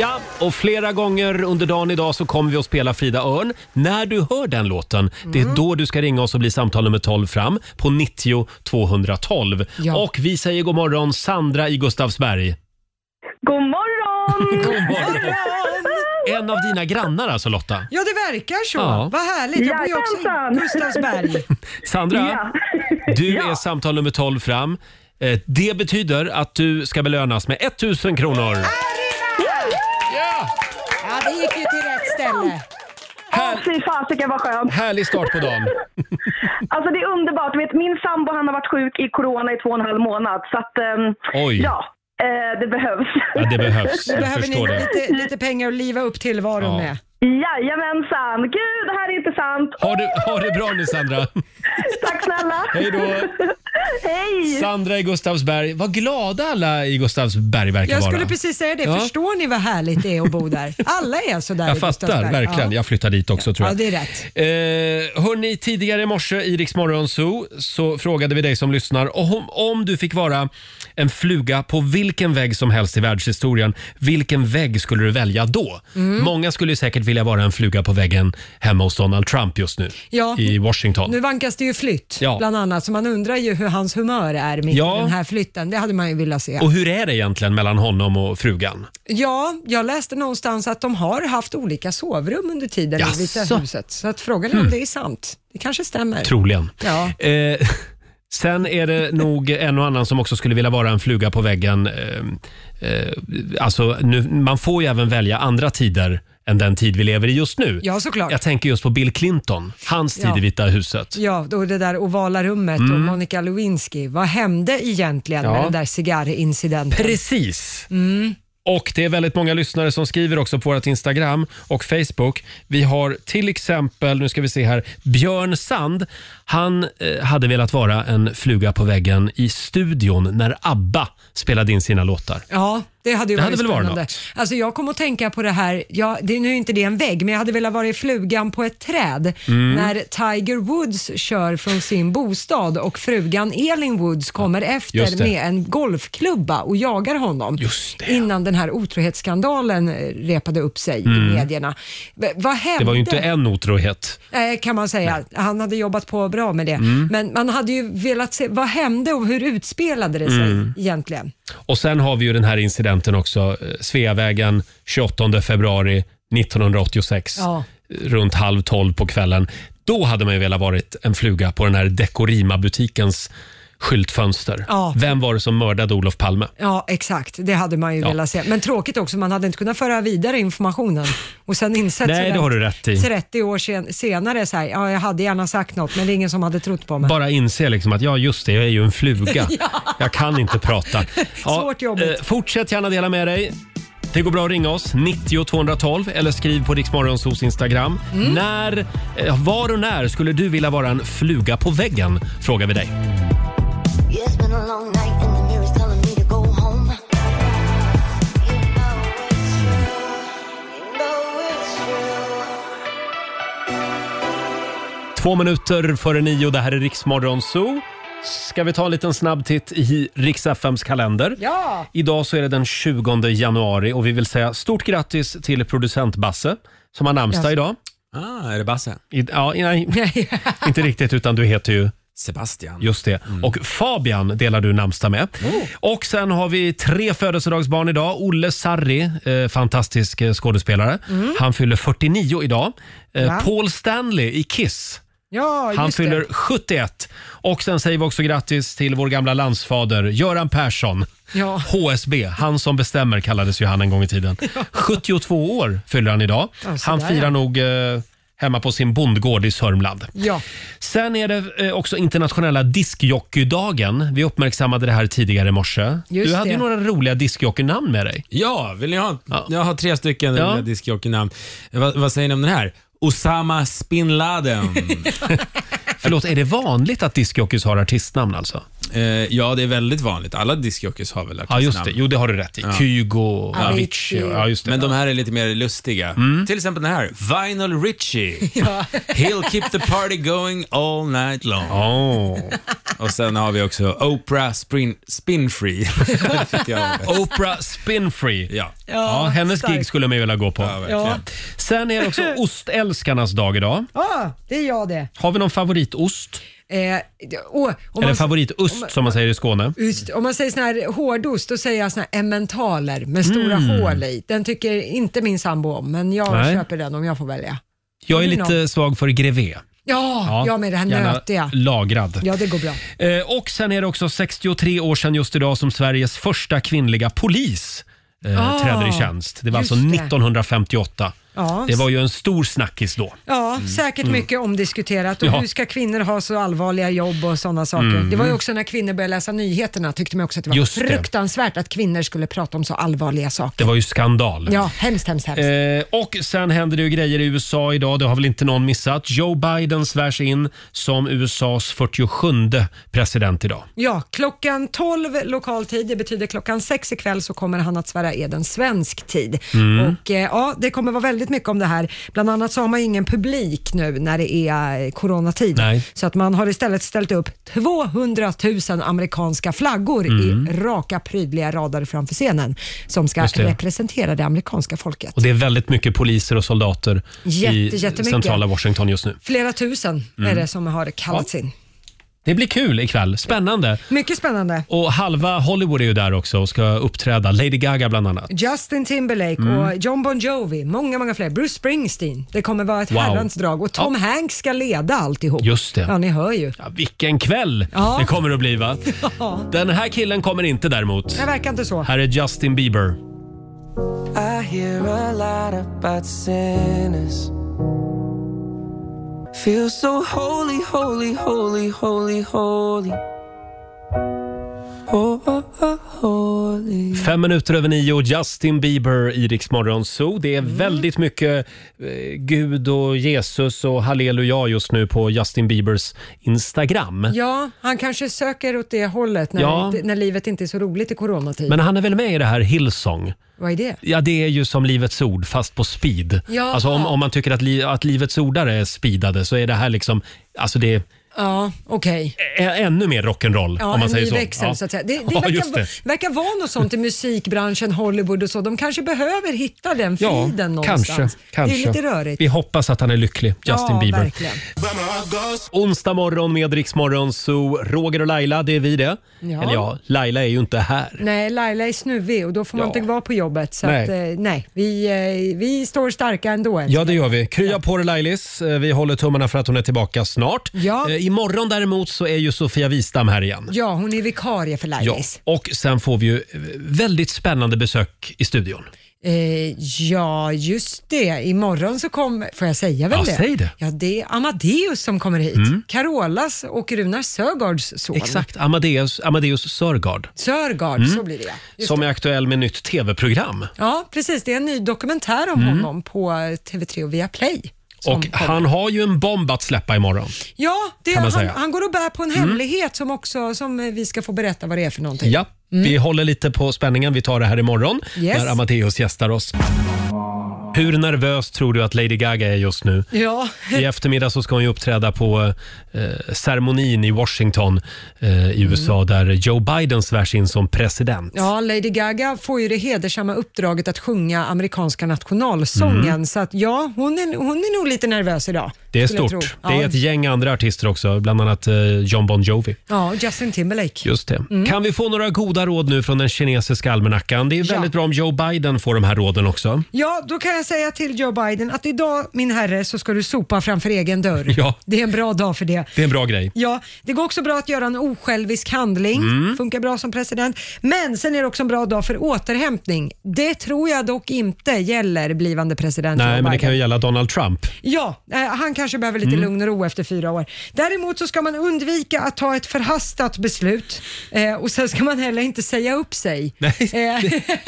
Ja, och flera gånger under dagen idag så kommer vi att spela Frida Örn. När du hör den låten, det är då du ska ringa oss och bli samtal nummer 12 fram på 90 212. Och vi säger god morgon Sandra i Gustavsberg. God morgon! God morgon! En av dina grannar alltså Lotta. Ja, det verkar så. Ja. Vad härligt. Jag bor ju också i Jajamensan. Gustavsberg. Sandra, du är samtal nummer 12 fram. Eh, Det betyder att du ska belönas med 1000 kronor. Ja! ja, det gick ju till rätt ställe. Åh, fy fasiken vad skönt. Härlig start på dagen. Alltså det är underbart. Du Vet, min sambo han har varit sjuk i corona i två och en halv månad. Så att, ehm, Oj. ja, eh, det behövs. Ja, det behövs. Jag Behöver ni förstår det. lite, lite pengar att liva upp tillvaron Ja. med? Jajamensan! Gud, det här är intressant. Ha det, ha det bra nu Sandra. Tack snälla. Hej då. Hej! Sandra i Gustavsberg. Vad glada alla i Gustavsberg verkar Jag vara. skulle precis säga det. Ja. Förstår ni vad härligt det är att bo där? Alla är sådär Jag i fattar Gustavsberg. verkligen. Ja. Jag flyttar dit också tror Ja, jag. det är rätt. Eh, hörni, tidigare i morse i Rix Morgon Zoo så frågade vi dig som lyssnar om, om du fick vara en fluga på vilken vägg som helst i världshistorien. Vilken vägg skulle du välja då? Mm. Många skulle ju säkert vilja vara en fluga på väggen hemma hos Donald Trump just nu Ja. i Washington. Nu vankas det ju flytt Ja. bland annat, så man undrar ju hur hans humör är mitt Ja. i den här flytten. Det hade man ju velat se. Och hur är det egentligen mellan honom och frugan? Ja, jag läste någonstans att de har haft olika sovrum under tiden i Vita Jaså? huset. Så att frågan är om Hmm. det är sant. Det kanske stämmer. Troligen. Ja. Eh, sen är det nog en och annan som också skulle vilja vara en fluga på väggen. Eh, eh, alltså, nu, man får ju även välja andra tider än den tid vi lever i just nu. Ja, såklart. Jag tänker just på Bill Clinton, hans tid Ja. i Vita huset. Ja, då det där ovala rummet och Mm. Monica Lewinsky. Vad hände egentligen Ja. med den där cigarrincidenten? Precis. Mm. Och det är väldigt många lyssnare som skriver också på vårt Instagram och Facebook. Vi har till exempel, nu ska vi se här, Björn Sand. Han eh, hade velat vara en fluga på väggen i studion när ABBA spelade in sina låtar. Ja, det hade ju Det varit hade väl varit spännande. alltså jag kom att tänka på det här, ja, det, är nu är inte det en vägg, men jag hade velat vara i flugan på ett träd Mm. när Tiger Woods kör från sin bostad och frugan Elin Woods kommer just efter det. med en golfklubba och jagar honom innan den här otrohetsskandalen eh, repade upp sig Mm. i medierna. V- vad hände? Det var ju inte en otrohet. Nej, kan man säga. Han hade jobbat på bra med det. Mm. Men man hade ju velat se, vad hände och hur utspelade det sig Mm. egentligen? Och sen har vi ju den här incidenten också. eh, Sveavägen 28 februari 1986. Ja. Runt halv tolv på kvällen. Då hade man ju velat varit en fluga på den här Dekorima-butikens skyltfönster. Ja. Vem var det som mördade Olof Palme? Ja, exakt. Det hade man ju Ja. velat se. Men tråkigt också, man hade inte kunnat föra vidare informationen. Och sen insett Nej, sådär det har du rätt i. 30 år sen, senare, så här, ja, jag hade gärna sagt något, men det är ingen som hade trott på mig. Bara inse liksom att ja, just det, jag är ju en fluga. Ja. Jag kan inte prata. Ja, Svårt jobbigt. eh, Fortsätt gärna dela med dig. Det går bra att ringa oss, 90 212 eller skriv på Riksmorgonsos Instagram. Mm. När, eh, var och när skulle du vilja vara en fluga på väggen? Frågar vi dig. Yeah, it's been a long night and the mirror's telling me to go home. Två minuter före nio, det här är Riksmorgon Zoo. Ska vi ta en liten snabb titt i riks FMs kalender? Ja! Idag så är det den 20 januari och vi vill säga stort grattis till producent Basse som har namnsdag Jaså. idag. Ah, är det Basse? I, ja, nej, inte riktigt utan du heter ju... Sebastian. Just det. Mm. Och Fabian delar du namnsdag med. Oh. Och sen har vi tre födelsedagsbarn idag. Olle Sarri, eh, fantastisk eh, skådespelare. Mm. Han fyller 49 idag. Eh, Va? Paul Stanley i Kiss. Ja, Han just fyller det. 71. Och sen säger vi också grattis till vår gamla landsfader Göran Persson. Ja. HSB, han som bestämmer kallades ju han en gång i tiden. 72 år fyller han idag. Ja, så han där, firar ja. nog eh, hemma på sin bondgård i Sörmland. Ja. Sen är det eh, också internationella diskjockeydagen. Vi uppmärksammade det här tidigare i morse. Just du hade ju det. några roliga diskjockeynamn med dig. Ja, vill ni ha? Jag har tre stycken Ja. ja. diskjockey-namn. Eh, Vad, vad säger ni om den här? Osama Bin Laden. Förlåt, är det vanligt att diskjockeys har artistnamn alltså? Eh, ja, det är väldigt vanligt. Alla diskjockeys har väl Ja, just det. Jo, det har du rätt i. Kygo, Ja. Avicii. och- Ja, just det. Mm. Men de här är lite mer lustiga. Till exempel den här, Vinyl Richie. He'll keep the party going all night long. Och sen har vi också Oprah Sprin- Spinfree. Oprah Spinfree. Ja. Ja, hennes stark. gig skulle man ju vilja gå på. verkligen. Sen är det också ostälskarnas dag idag. Ja, det är jag det. Har vi någon favoritost? Eh, åh, om, Eller man, favoritost som man säger i Skåne. just, om man säger sån här hårdost, då säger jag sån här emmentaler med stora Mm. hål i. Den tycker inte min sambo om, men jag Nej. köper den om jag får välja. Jag Har är du någon? lite svag för grevé. Ja, jag med det här gärna nötiga. lagrad. Ja, det går bra. Eh, Och sen är det också 63 år sedan just idag som Sveriges första kvinnliga polis eh, Ah, träder i tjänst. Det var just alltså det. 1958. Ja. Det var ju en stor snackis då. Ja, Mm. säkert Mm. mycket omdiskuterat. Och Ja. hur ska kvinnor ha så allvarliga jobb och sådana saker? Mm. Det var ju också när kvinnor började läsa nyheterna, tyckte man också att det var Just det. fruktansvärt att kvinnor skulle prata om så allvarliga saker. Det var ju skandal. Ja, hemskt, hemskt, hemskt. Eh, och sen händer det ju grejer i USA idag, det har väl inte någon missat. Joe Biden svärs in som USAs 47 president idag. Ja, klockan 12 lokal tid, det betyder klockan 6 ikväll så kommer han att svära eden svensk tid. Mm. Och eh, ja, det kommer vara väldigt mycket om det här. Bland annat så har man ju ingen publik nu när det är eh, coronatid. Så att man har istället ställt upp 200 000 amerikanska flaggor Mm. i raka prydliga rader framför scenen som ska Just det. representera det amerikanska folket. Och det är väldigt mycket poliser och soldater Jätte- i jättemycket. centrala Washington just nu. Flera tusen är Mm. det som har kallats in. Det blir kul ikväll, spännande. Mycket spännande. Och halva Hollywood är ju där också och ska uppträda. Lady Gaga bland annat. Justin Timberlake Mm. och John Bon Jovi, många, många fler. Bruce Springsteen. Det kommer vara ett Wow. herrans drag och Tom Ja. Hanks ska leda alltihop. Just det. Ja, ni hör ju. Ja, vilken kväll Ja. det kommer att bli va? Ja. Den här killen kommer inte däremot. Det verkar inte så. Här är Justin Bieber. I hear a lot about sinners. Feel so holy, holy, holy, holy, holy. Oh, oh, oh, holy. Fem minuter över nio, Justin Bieber i Rix Morgon Zoo. Det är Mm. väldigt mycket eh, Gud och Jesus och halleluja just nu på Justin Biebers Instagram. Ja, han kanske söker åt det hållet när, Ja. det- när livet inte är så roligt i coronatid. Men han är väl med i det här Hillsong? Vad är det? Ja, det är ju som Livets Ord fast på speed. Jaha. Alltså om, om man tycker att, li, att Livets Ordare är speedade så är det här liksom, alltså det är Ja, okej. ä- ännu mer rock'n'roll Ja, om man en säger ny så. växel Ja. så att säga. Det, det, ja, verkar, just det. verkar vara något sånt i musikbranschen, Hollywood och så. De kanske behöver hitta den Ja, friden någonstans. kanske, kanske. Det är lite rörigt. Vi hoppas att han är lycklig, Justin ja, Bieber. Verkligen. Onsdag morgon med Rix Morgon, så Roger och Laila, det är vi det. Ja. Eller ja, Laila är ju inte här. Nej, Laila är snuvig och då får man Ja. inte vara på jobbet. Så Nej. nej. Att, eh, nej, vi, eh, vi står starka ändå. än Ja, så det länge. gör vi. Krya på dig Lailis. Eh, Vi håller tummarna för att hon är tillbaka snart. Ja. Eh, Imorgon däremot så är ju Sofia Wistam här igen. ja, hon är vikarie för Lailis. Och sen får vi ju eh, väldigt spännande besök i studion. Ja. Eh, ja, just det. Imorgon så kommer, får jag säga väl Ja, det? säg det. Ja, det är Amadeus som kommer hit. Mm. Carolas och Runar Sörgårds son. Exakt, Amadeus, Amadeus Sörgard. Sörgård, Mm. så blir det ja. Just Som det. är aktuell med nytt tv-program. Ja, precis. Det är en ny dokumentär om honom på eh, TV3 och Viaplay. som Mm. Och kommer. han har ju en bomb att släppa imorgon. Ja, det, kan man han, säga. han går och bär på en Mm. hemlighet som, också, som eh, vi ska få berätta vad det är för någonting. Ja, vi håller lite på spänningen. Vi tar det här imorgon Yes. när Amadeus gästar oss. Hur nervös tror du att Lady Gaga är just nu? Ja. I eftermiddag så ska hon ju uppträda på eh, ceremonin i Washington eh, Mm. i USA där Joe Biden svärs in som president. Ja, Lady Gaga får ju det hedersamma uppdraget att sjunga amerikanska nationalsången. Mm. Så att, ja, hon är, hon är nog lite nervös idag. Det är skulle jag stort. tro. Det är Ja. ett gäng andra artister också, bland annat eh, John Bon Jovi. Ja, Justin Timberlake. Just det. Mm. Kan vi få några goda råd nu från den kinesiska almanackan? Det är väldigt bra om Joe Biden får de här råden också. Ja, då kan jag säga till Joe Biden att idag min herre så ska du sopa framför egen dörr. Ja. Det är en bra dag för det. Det är en bra grej. Ja, det går också bra att göra en osjälvisk handling. Mm. Funkar bra som president. Men sen är det också en bra dag för återhämtning. Det tror jag dock inte gäller blivande president Joe Nej, men det Biden. kan ju gälla Donald Trump. Ja, eh, han kanske behöver lite Mm. lugn och ro efter fyra år. Däremot så ska man undvika att ta ett förhastat beslut eh, och sen ska man heller inte säga upp sig. Eh,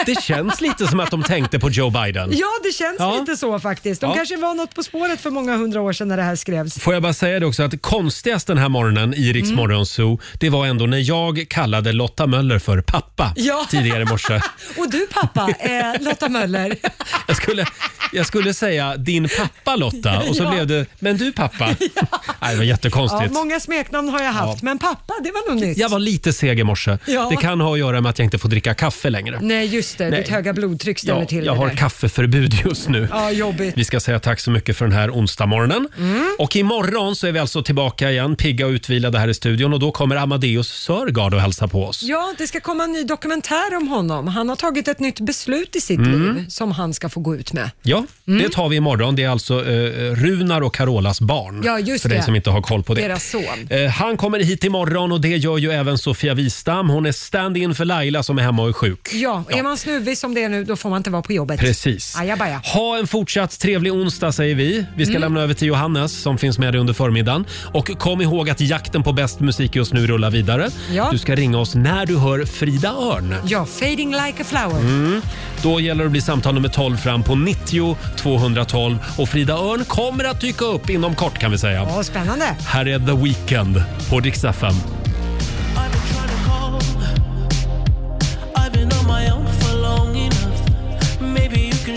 Det känns lite som att de tänkte på Joe Biden. Ja, det känns Ja. lite så faktiskt. De Ja. kanske var något på spåret för många hundra år sedan när det här skrevs. Får jag bara säga det också att konstigast den här morgonen i Rix Mm. Morgon Zoo, det var ändå när jag kallade Lotta Möller för pappa Ja. tidigare i morse. Och du pappa, eh, Lotta Möller. Jag skulle, jag skulle säga din pappa Lotta och så Ja. blev det men du pappa. Nej, det var Ja, jättekonstigt. många smeknamn har jag haft, Ja. men pappa, det var nog nytt. Jag var lite seg i morse. Ja. Det kan ha att göra med att jag inte får dricka kaffe längre. Nej, just det. Nej. Ditt höga blodtryck ställer Ja, till jag det har där. kaffeförbud just nu. Ja, jobbigt. Mm. Vi ska säga tack så mycket för den här onsdagmorgonen. Och imorgon så är vi alltså tillbaka igen, pigga och utvilade här i studion och då kommer Amadeus Sörgard och hälsa på oss. Ja, det ska komma en ny dokumentär om honom. Han har tagit ett nytt beslut i sitt Mm. liv som han ska få gå ut med. Ja, Mm. det tar vi imorgon. Det är alltså eh, Runar och Carolas barn. Ja, just för dig det. som inte har koll på det. Deras son. Eh, han kommer hit imorgon och det gör ju även Sofia Wistam. Hon är stand-in för Laila som är hemma och är sjuk. Ja, är man snuvig som det är nu, då får man inte vara på jobbet. Precis. Ajabaja. Ha en fortsatt trevlig onsdag säger vi. Vi ska Mm. lämna över till Johannes som finns med dig under förmiddagen. Och kom ihåg att jakten på bäst musik just nu rullar vidare. Ja. Du ska ringa oss när du hör Frida Örn. Ja, fading like a flower. Mm. Då gäller det att bli samtal nummer 12 fram på 90 212 och Frida Örn kommer att dyka upp inom kort kan vi säga. Ja, spännande. Här är The Weeknd på Dix FM. I've been on my own for long enough. Maybe you can